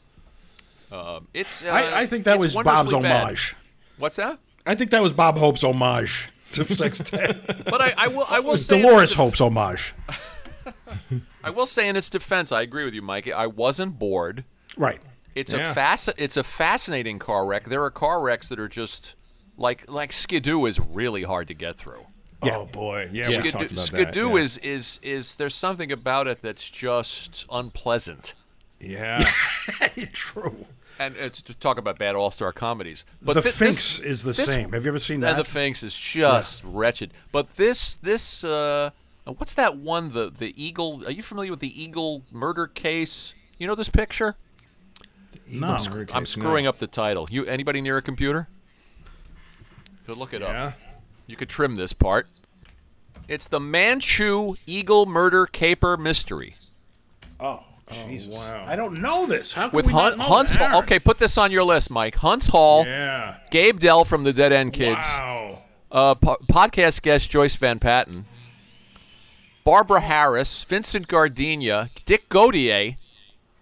Um, it's. Uh, I, I think that it's was Bob's wonderfully bad. homage. What's that? I think that was Bob Hope's homage to Sextet. But I, I will. I will say. in its Dolores def- Hope's homage. I will say in its defense, I agree with you, Mike. I wasn't bored. Right. It's Yeah. a fac- It's a fascinating car wreck. There are car wrecks that are just like like Skidoo is really hard to get through. Oh boy, yeah, we Skidoo, talked about Skidoo that. yeah. is is is there's something about it that's just unpleasant. yeah. True. And it's to talk about bad all star comedies. But the thi- this- Finks is the this- same. Have you ever seen that? And the Finks is just wretched. But this this uh, what's that one? The the Eagle. Are you familiar with the Eagle murder case? You know this picture. No. I'm screwing up the title. You anybody near a computer? Could look it Yeah. up. You could trim this part. It's the Manchu Eagle Murder Caper Mystery Oh, Jesus. wow. I don't know this. How can with we not Hun- know Hunts. Aaron? Hall. Okay, put this on your list, Mike. Hunts Hall, Yeah. Gabe Dell from the Dead End Kids, Wow. uh, po- podcast guest Joyce Van Patten, Barbara Harris, Vincent Gardenia, Dick Godier,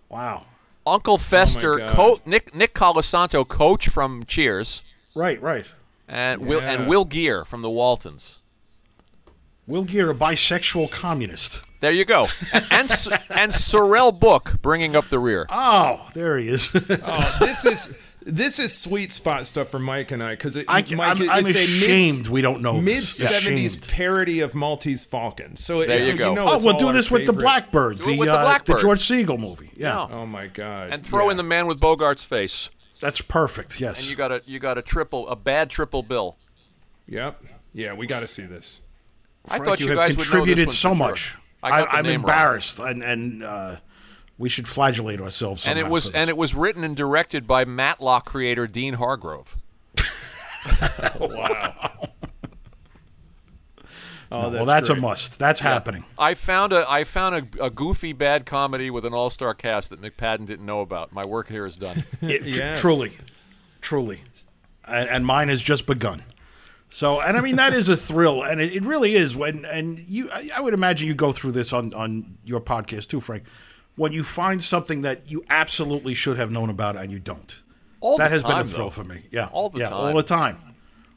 Wow. Uncle Fester, Oh God. co- Nick Nick Colasanto, coach from Cheers, Right, right. and Will and Yeah. Will Gear from the Waltons. Will Gear, a bisexual communist. There you go. And and, S- and Sorrel Book bringing up the rear. Uh, Oh, there he is. Oh, this is this is sweet spot stuff for Mike and I because it, I Mike, can- I'm- I'm it's a ashamed mid, we don't know this. mid Yeah. seventies Ashamed. parody of Maltese Falcon. So it, There so you go. know oh, it's we'll all do our this with the favorite. Blackbird, Do it the, with the uh, Blackbird. the George Siegel movie. Yeah. Yeah, Oh my god! And throw in the man with Bogart's face. that's perfect. Yes, And you got a you got a triple a bad triple bill. Yep. Yeah, we got to see this. I Frank, thought you, you, have guys would know contributed this so one for much. Sure. I got the I, am name wrong. embarrassed, and and uh, we should flagellate ourselves. And it somehow was for and it was written and directed by Matlock creator Dean Hargrove. Oh, this. well, that's great. a must. That's happening. I found a I found a, a goofy bad comedy with an all star cast that McPadden didn't know about. My work here is done. It, tr- Yes. Truly, truly, and, and mine has just begun. So, and I mean that is a thrill, and it, it really is. When and you, I, I would imagine you go through this on on your podcast too, Frank. When you find something that you absolutely should have known about and you don't, All that the has been time, a thrill though. for me. Yeah, All the yeah, time. all the time,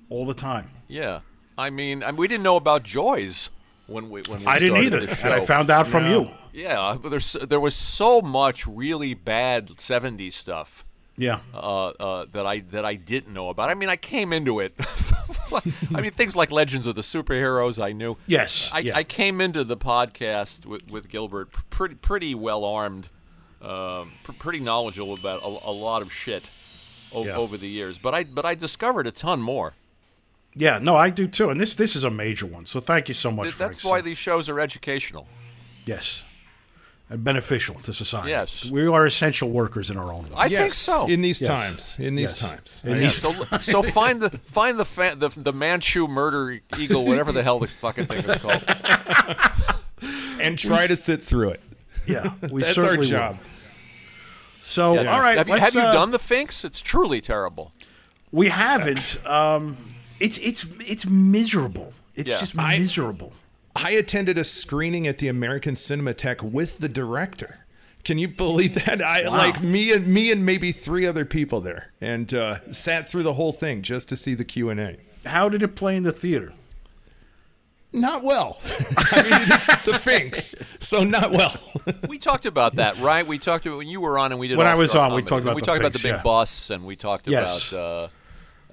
all the time. yeah, I mean, I mean, we didn't know about Joy's when we when we I didn't started either, this and show. I found out from you. yeah, Oh. but there's there was so much really bad '70s stuff. Yeah, uh, uh, that I that I didn't know about. I mean, I came into it. I mean, things like Legends of the Superheroes, I knew. Yes, I, yeah. I came into the podcast with, with Gilbert pr- pretty pretty well armed, um, pr- pretty knowledgeable about a, a lot of shit o- Yeah. over the years. But I but I discovered a ton more. yeah. No, I do too. And this this is a major one. So thank you so much. Th- Frank. That's So- why these shows are educational. Yes. And beneficial to society. Yes. We are essential workers in our own way. I think Yes, so. in these Yes. times. In these Yes. times. In I- these- so, so find the find the, fa- the the Manchu murder eagle, whatever the hell the fucking thing is called. and try to sit through it. yeah. We That's our certainly job. will. So, Yeah. all right. Have you, let's, have you uh, done the Finks? It's truly terrible. We haven't. Um, it's it's it's miserable. It's Yeah. just I- miserable. I attended a screening at the American Cinematheque with the director. Can you believe that? I like me and me and maybe three other people there, and uh, sat through the whole thing just to see the Q and A. How did it play in the theater? Not well. I mean, it's the Finks, so not well. We talked about that, right? We talked about when you were on and we did. When I All-Star was on, we Comedy. talked about we the talked about the Finks, big yeah. bus, and we talked Yes. about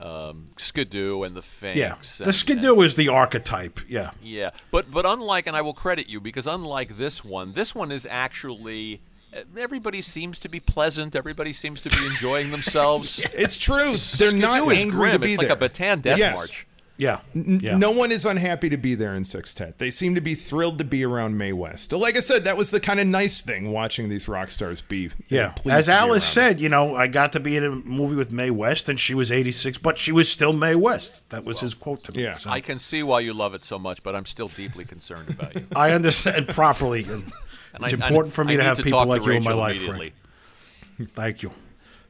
uh, um, Skidoo and the Finks. Yeah. and- The Skidoo is the archetype. Yeah. Yeah, but but unlike, and I will credit you because unlike this one, this one is actually eh, everybody seems to be pleasant. Everybody seems to be enjoying themselves. It's true. They're not Skidoo is angry grim. to be it's there. like a Bataan death Yes. march. Yeah. yeah. No one is unhappy to be there in Sextet. They seem to be thrilled to be around May West. Like I said, that was the kind of nice thing watching these rock stars be. Yeah. pleased As to be around them. Alice said, you know, I got to be in a movie with Mae West and she was 86, but she was still Mae West. That was his quote to me. Yeah. So- I can see why you love it so much, but I'm still deeply concerned about you. I understand properly. and it's I- I- important for I me to need have to people talk like to you in my Rachel life. immediately. Frank. Thank you.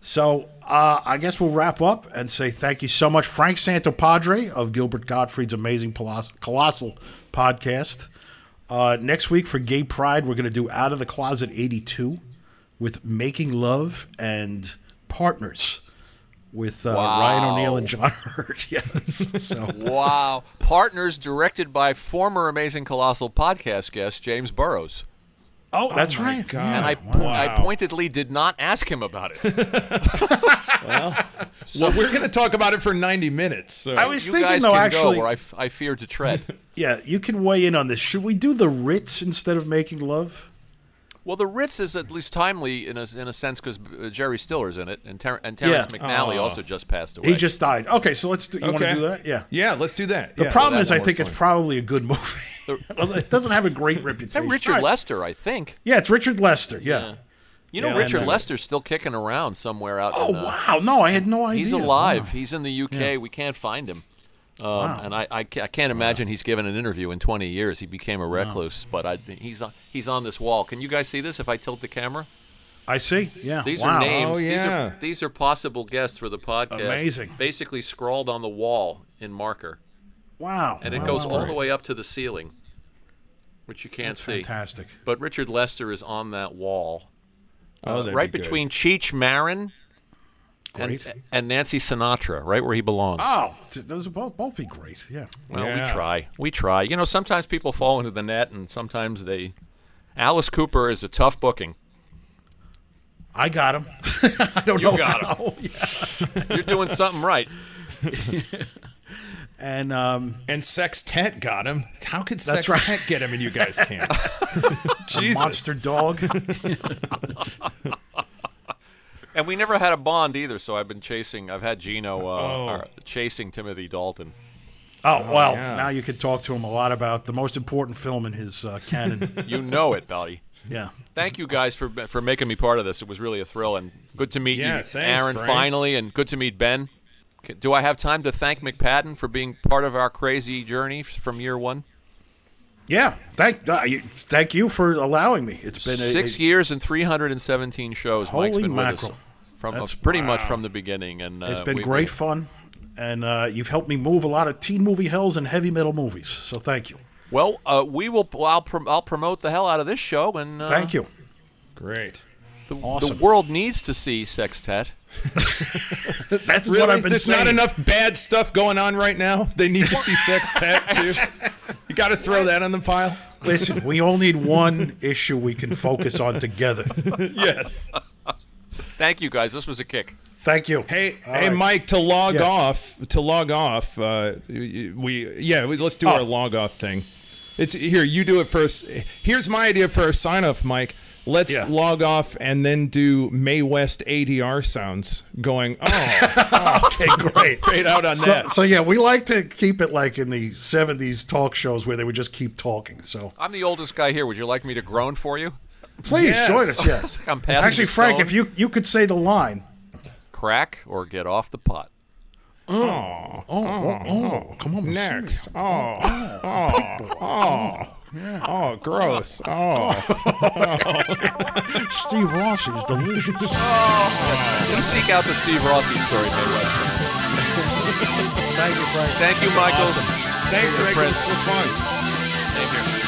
So uh, I guess we'll wrap up and say thank you so much, Frank Santopadre of Gilbert Gottfried's amazing Polos- colossal podcast. Uh, next week for Gay Pride, we're going to do Out of the Closet '82 with Making Love and Partners with uh, Ryan Wow. O'Neill and John Hurt. Yes. So. Wow. Partners directed by former Amazing Colossal podcast guest James Burrows. Oh, that's my right. God. And I, Oh, wow. I pointedly did not ask him about it. Well, we're going to talk about it for 90 minutes. So. I was you thinking guys though, can actually, go where I, f- I fear to tread. Yeah, you can weigh in on this. Should we do the Ritz instead of making love? well, the Ritz is at least timely in a, in a sense because Jerry Stiller's in it, and, Ter- and Terrence Yeah. Oh. McNally Aw. also just passed away. He just died. Okay, so let's do. You want Okay. to do that? Yeah. Yeah, let's do that. The Yeah, problem let's is, I have think more it's fun. probably a good movie. Well, it doesn't have a great Is that reputation. Richard All right. Lester, I think. Yeah, it's Richard Lester. Yeah. You know, Yeah, I Richard know. Lester's still kicking around somewhere out. Oh in, uh, wow! No, I had no idea. He's alive. He's in the UK. We can't find him. Um, And I, I, ca- I can't imagine he's given an interview in 20 years. He became a recluse, but I, he's on, he's on this wall. Can you guys see this if I tilt the camera? I see. Yeah. These wow. are names. Oh, yeah. these, are, these are possible guests for the podcast. Amazing. Basically scrawled on the wall in marker, Oh, Wow. and it Wow, goes wow. all the way up to the ceiling, which you can't see. Fantastic. But Richard Lester is on that wall, Oh, that'd right be good. between Cheech Marin and, Great. and Nancy Sinatra, right where he belongs. Oh, th- those would both both be great. Yeah. Well, Yeah. we try. We try. You know, sometimes people fall into the net, and sometimes they. Alice Cooper is a tough booking. I got him. I don't know. got how. Yeah. You're doing something right. And um, And Sextet got him. How could That's Sextet right. get him and you guys can't? Jesus. monster dog. And we never had a bond either, so I've been chasing. I've had Gino uh, Oh. or chasing Timothy Dalton. Oh well, yeah. now you could talk to him a lot about the most important film in his uh, canon. You know it, buddy. yeah. Thank you guys for for making me part of this. It was really a thrill, and good to meet Yeah, you, thanks, Aaron, Frank. finally, and good to meet Ben. C- Do I have time to thank McPadden for being part of our crazy journey f- from year one? Yeah. Thank uh, you, thank you for allowing me. It's been a, six a- years and 317 shows. Mike's Holy been with mackerel. us from That's- pretty much from the beginning, and uh, It's been we- great fun, and uh, you've helped me move a lot of teen movie hells and heavy metal movies. So thank you. Well, uh, we will. well, I'll, prom- I'll promote the hell out of this show, and uh, Thank you. Great. The, Awesome. the world needs to see Sextet. That's Really? what I've been There's saying. not enough bad stuff going on right now. They need to see Sextet too. You got to throw that on the pile. Listen, we all need one issue we can focus on together. Yes. Thank you guys. This was a kick. Thank you. Hey, All hey, right. Mike. To log Yeah. off, to log off. Uh, we yeah. We, let's do Oh. our log off thing. It's here. You do it first. Here's my idea for a sign off, Mike. Let's Yeah. log off and then do May West ADR sounds going. Oh, Okay, great. fade out on So, that. so yeah, we like to keep it like in the '70s talk shows where they would just keep talking. So Uh, I'm the oldest guy here. Would you like me to groan for you? please Yes. join us. Yeah. I'm passing Actually, the Frank, stone. if you you could say the line. crack or get off the pot. Oh, come on, Next. Oh, oh, oh, oh, gross. Oh, Steve Rossi's delicious. You seek out the Steve Rossi story, May West. Thank you, Frank. Thank you, Michael. thanks, Rick. It was Prince. so fun. Same here.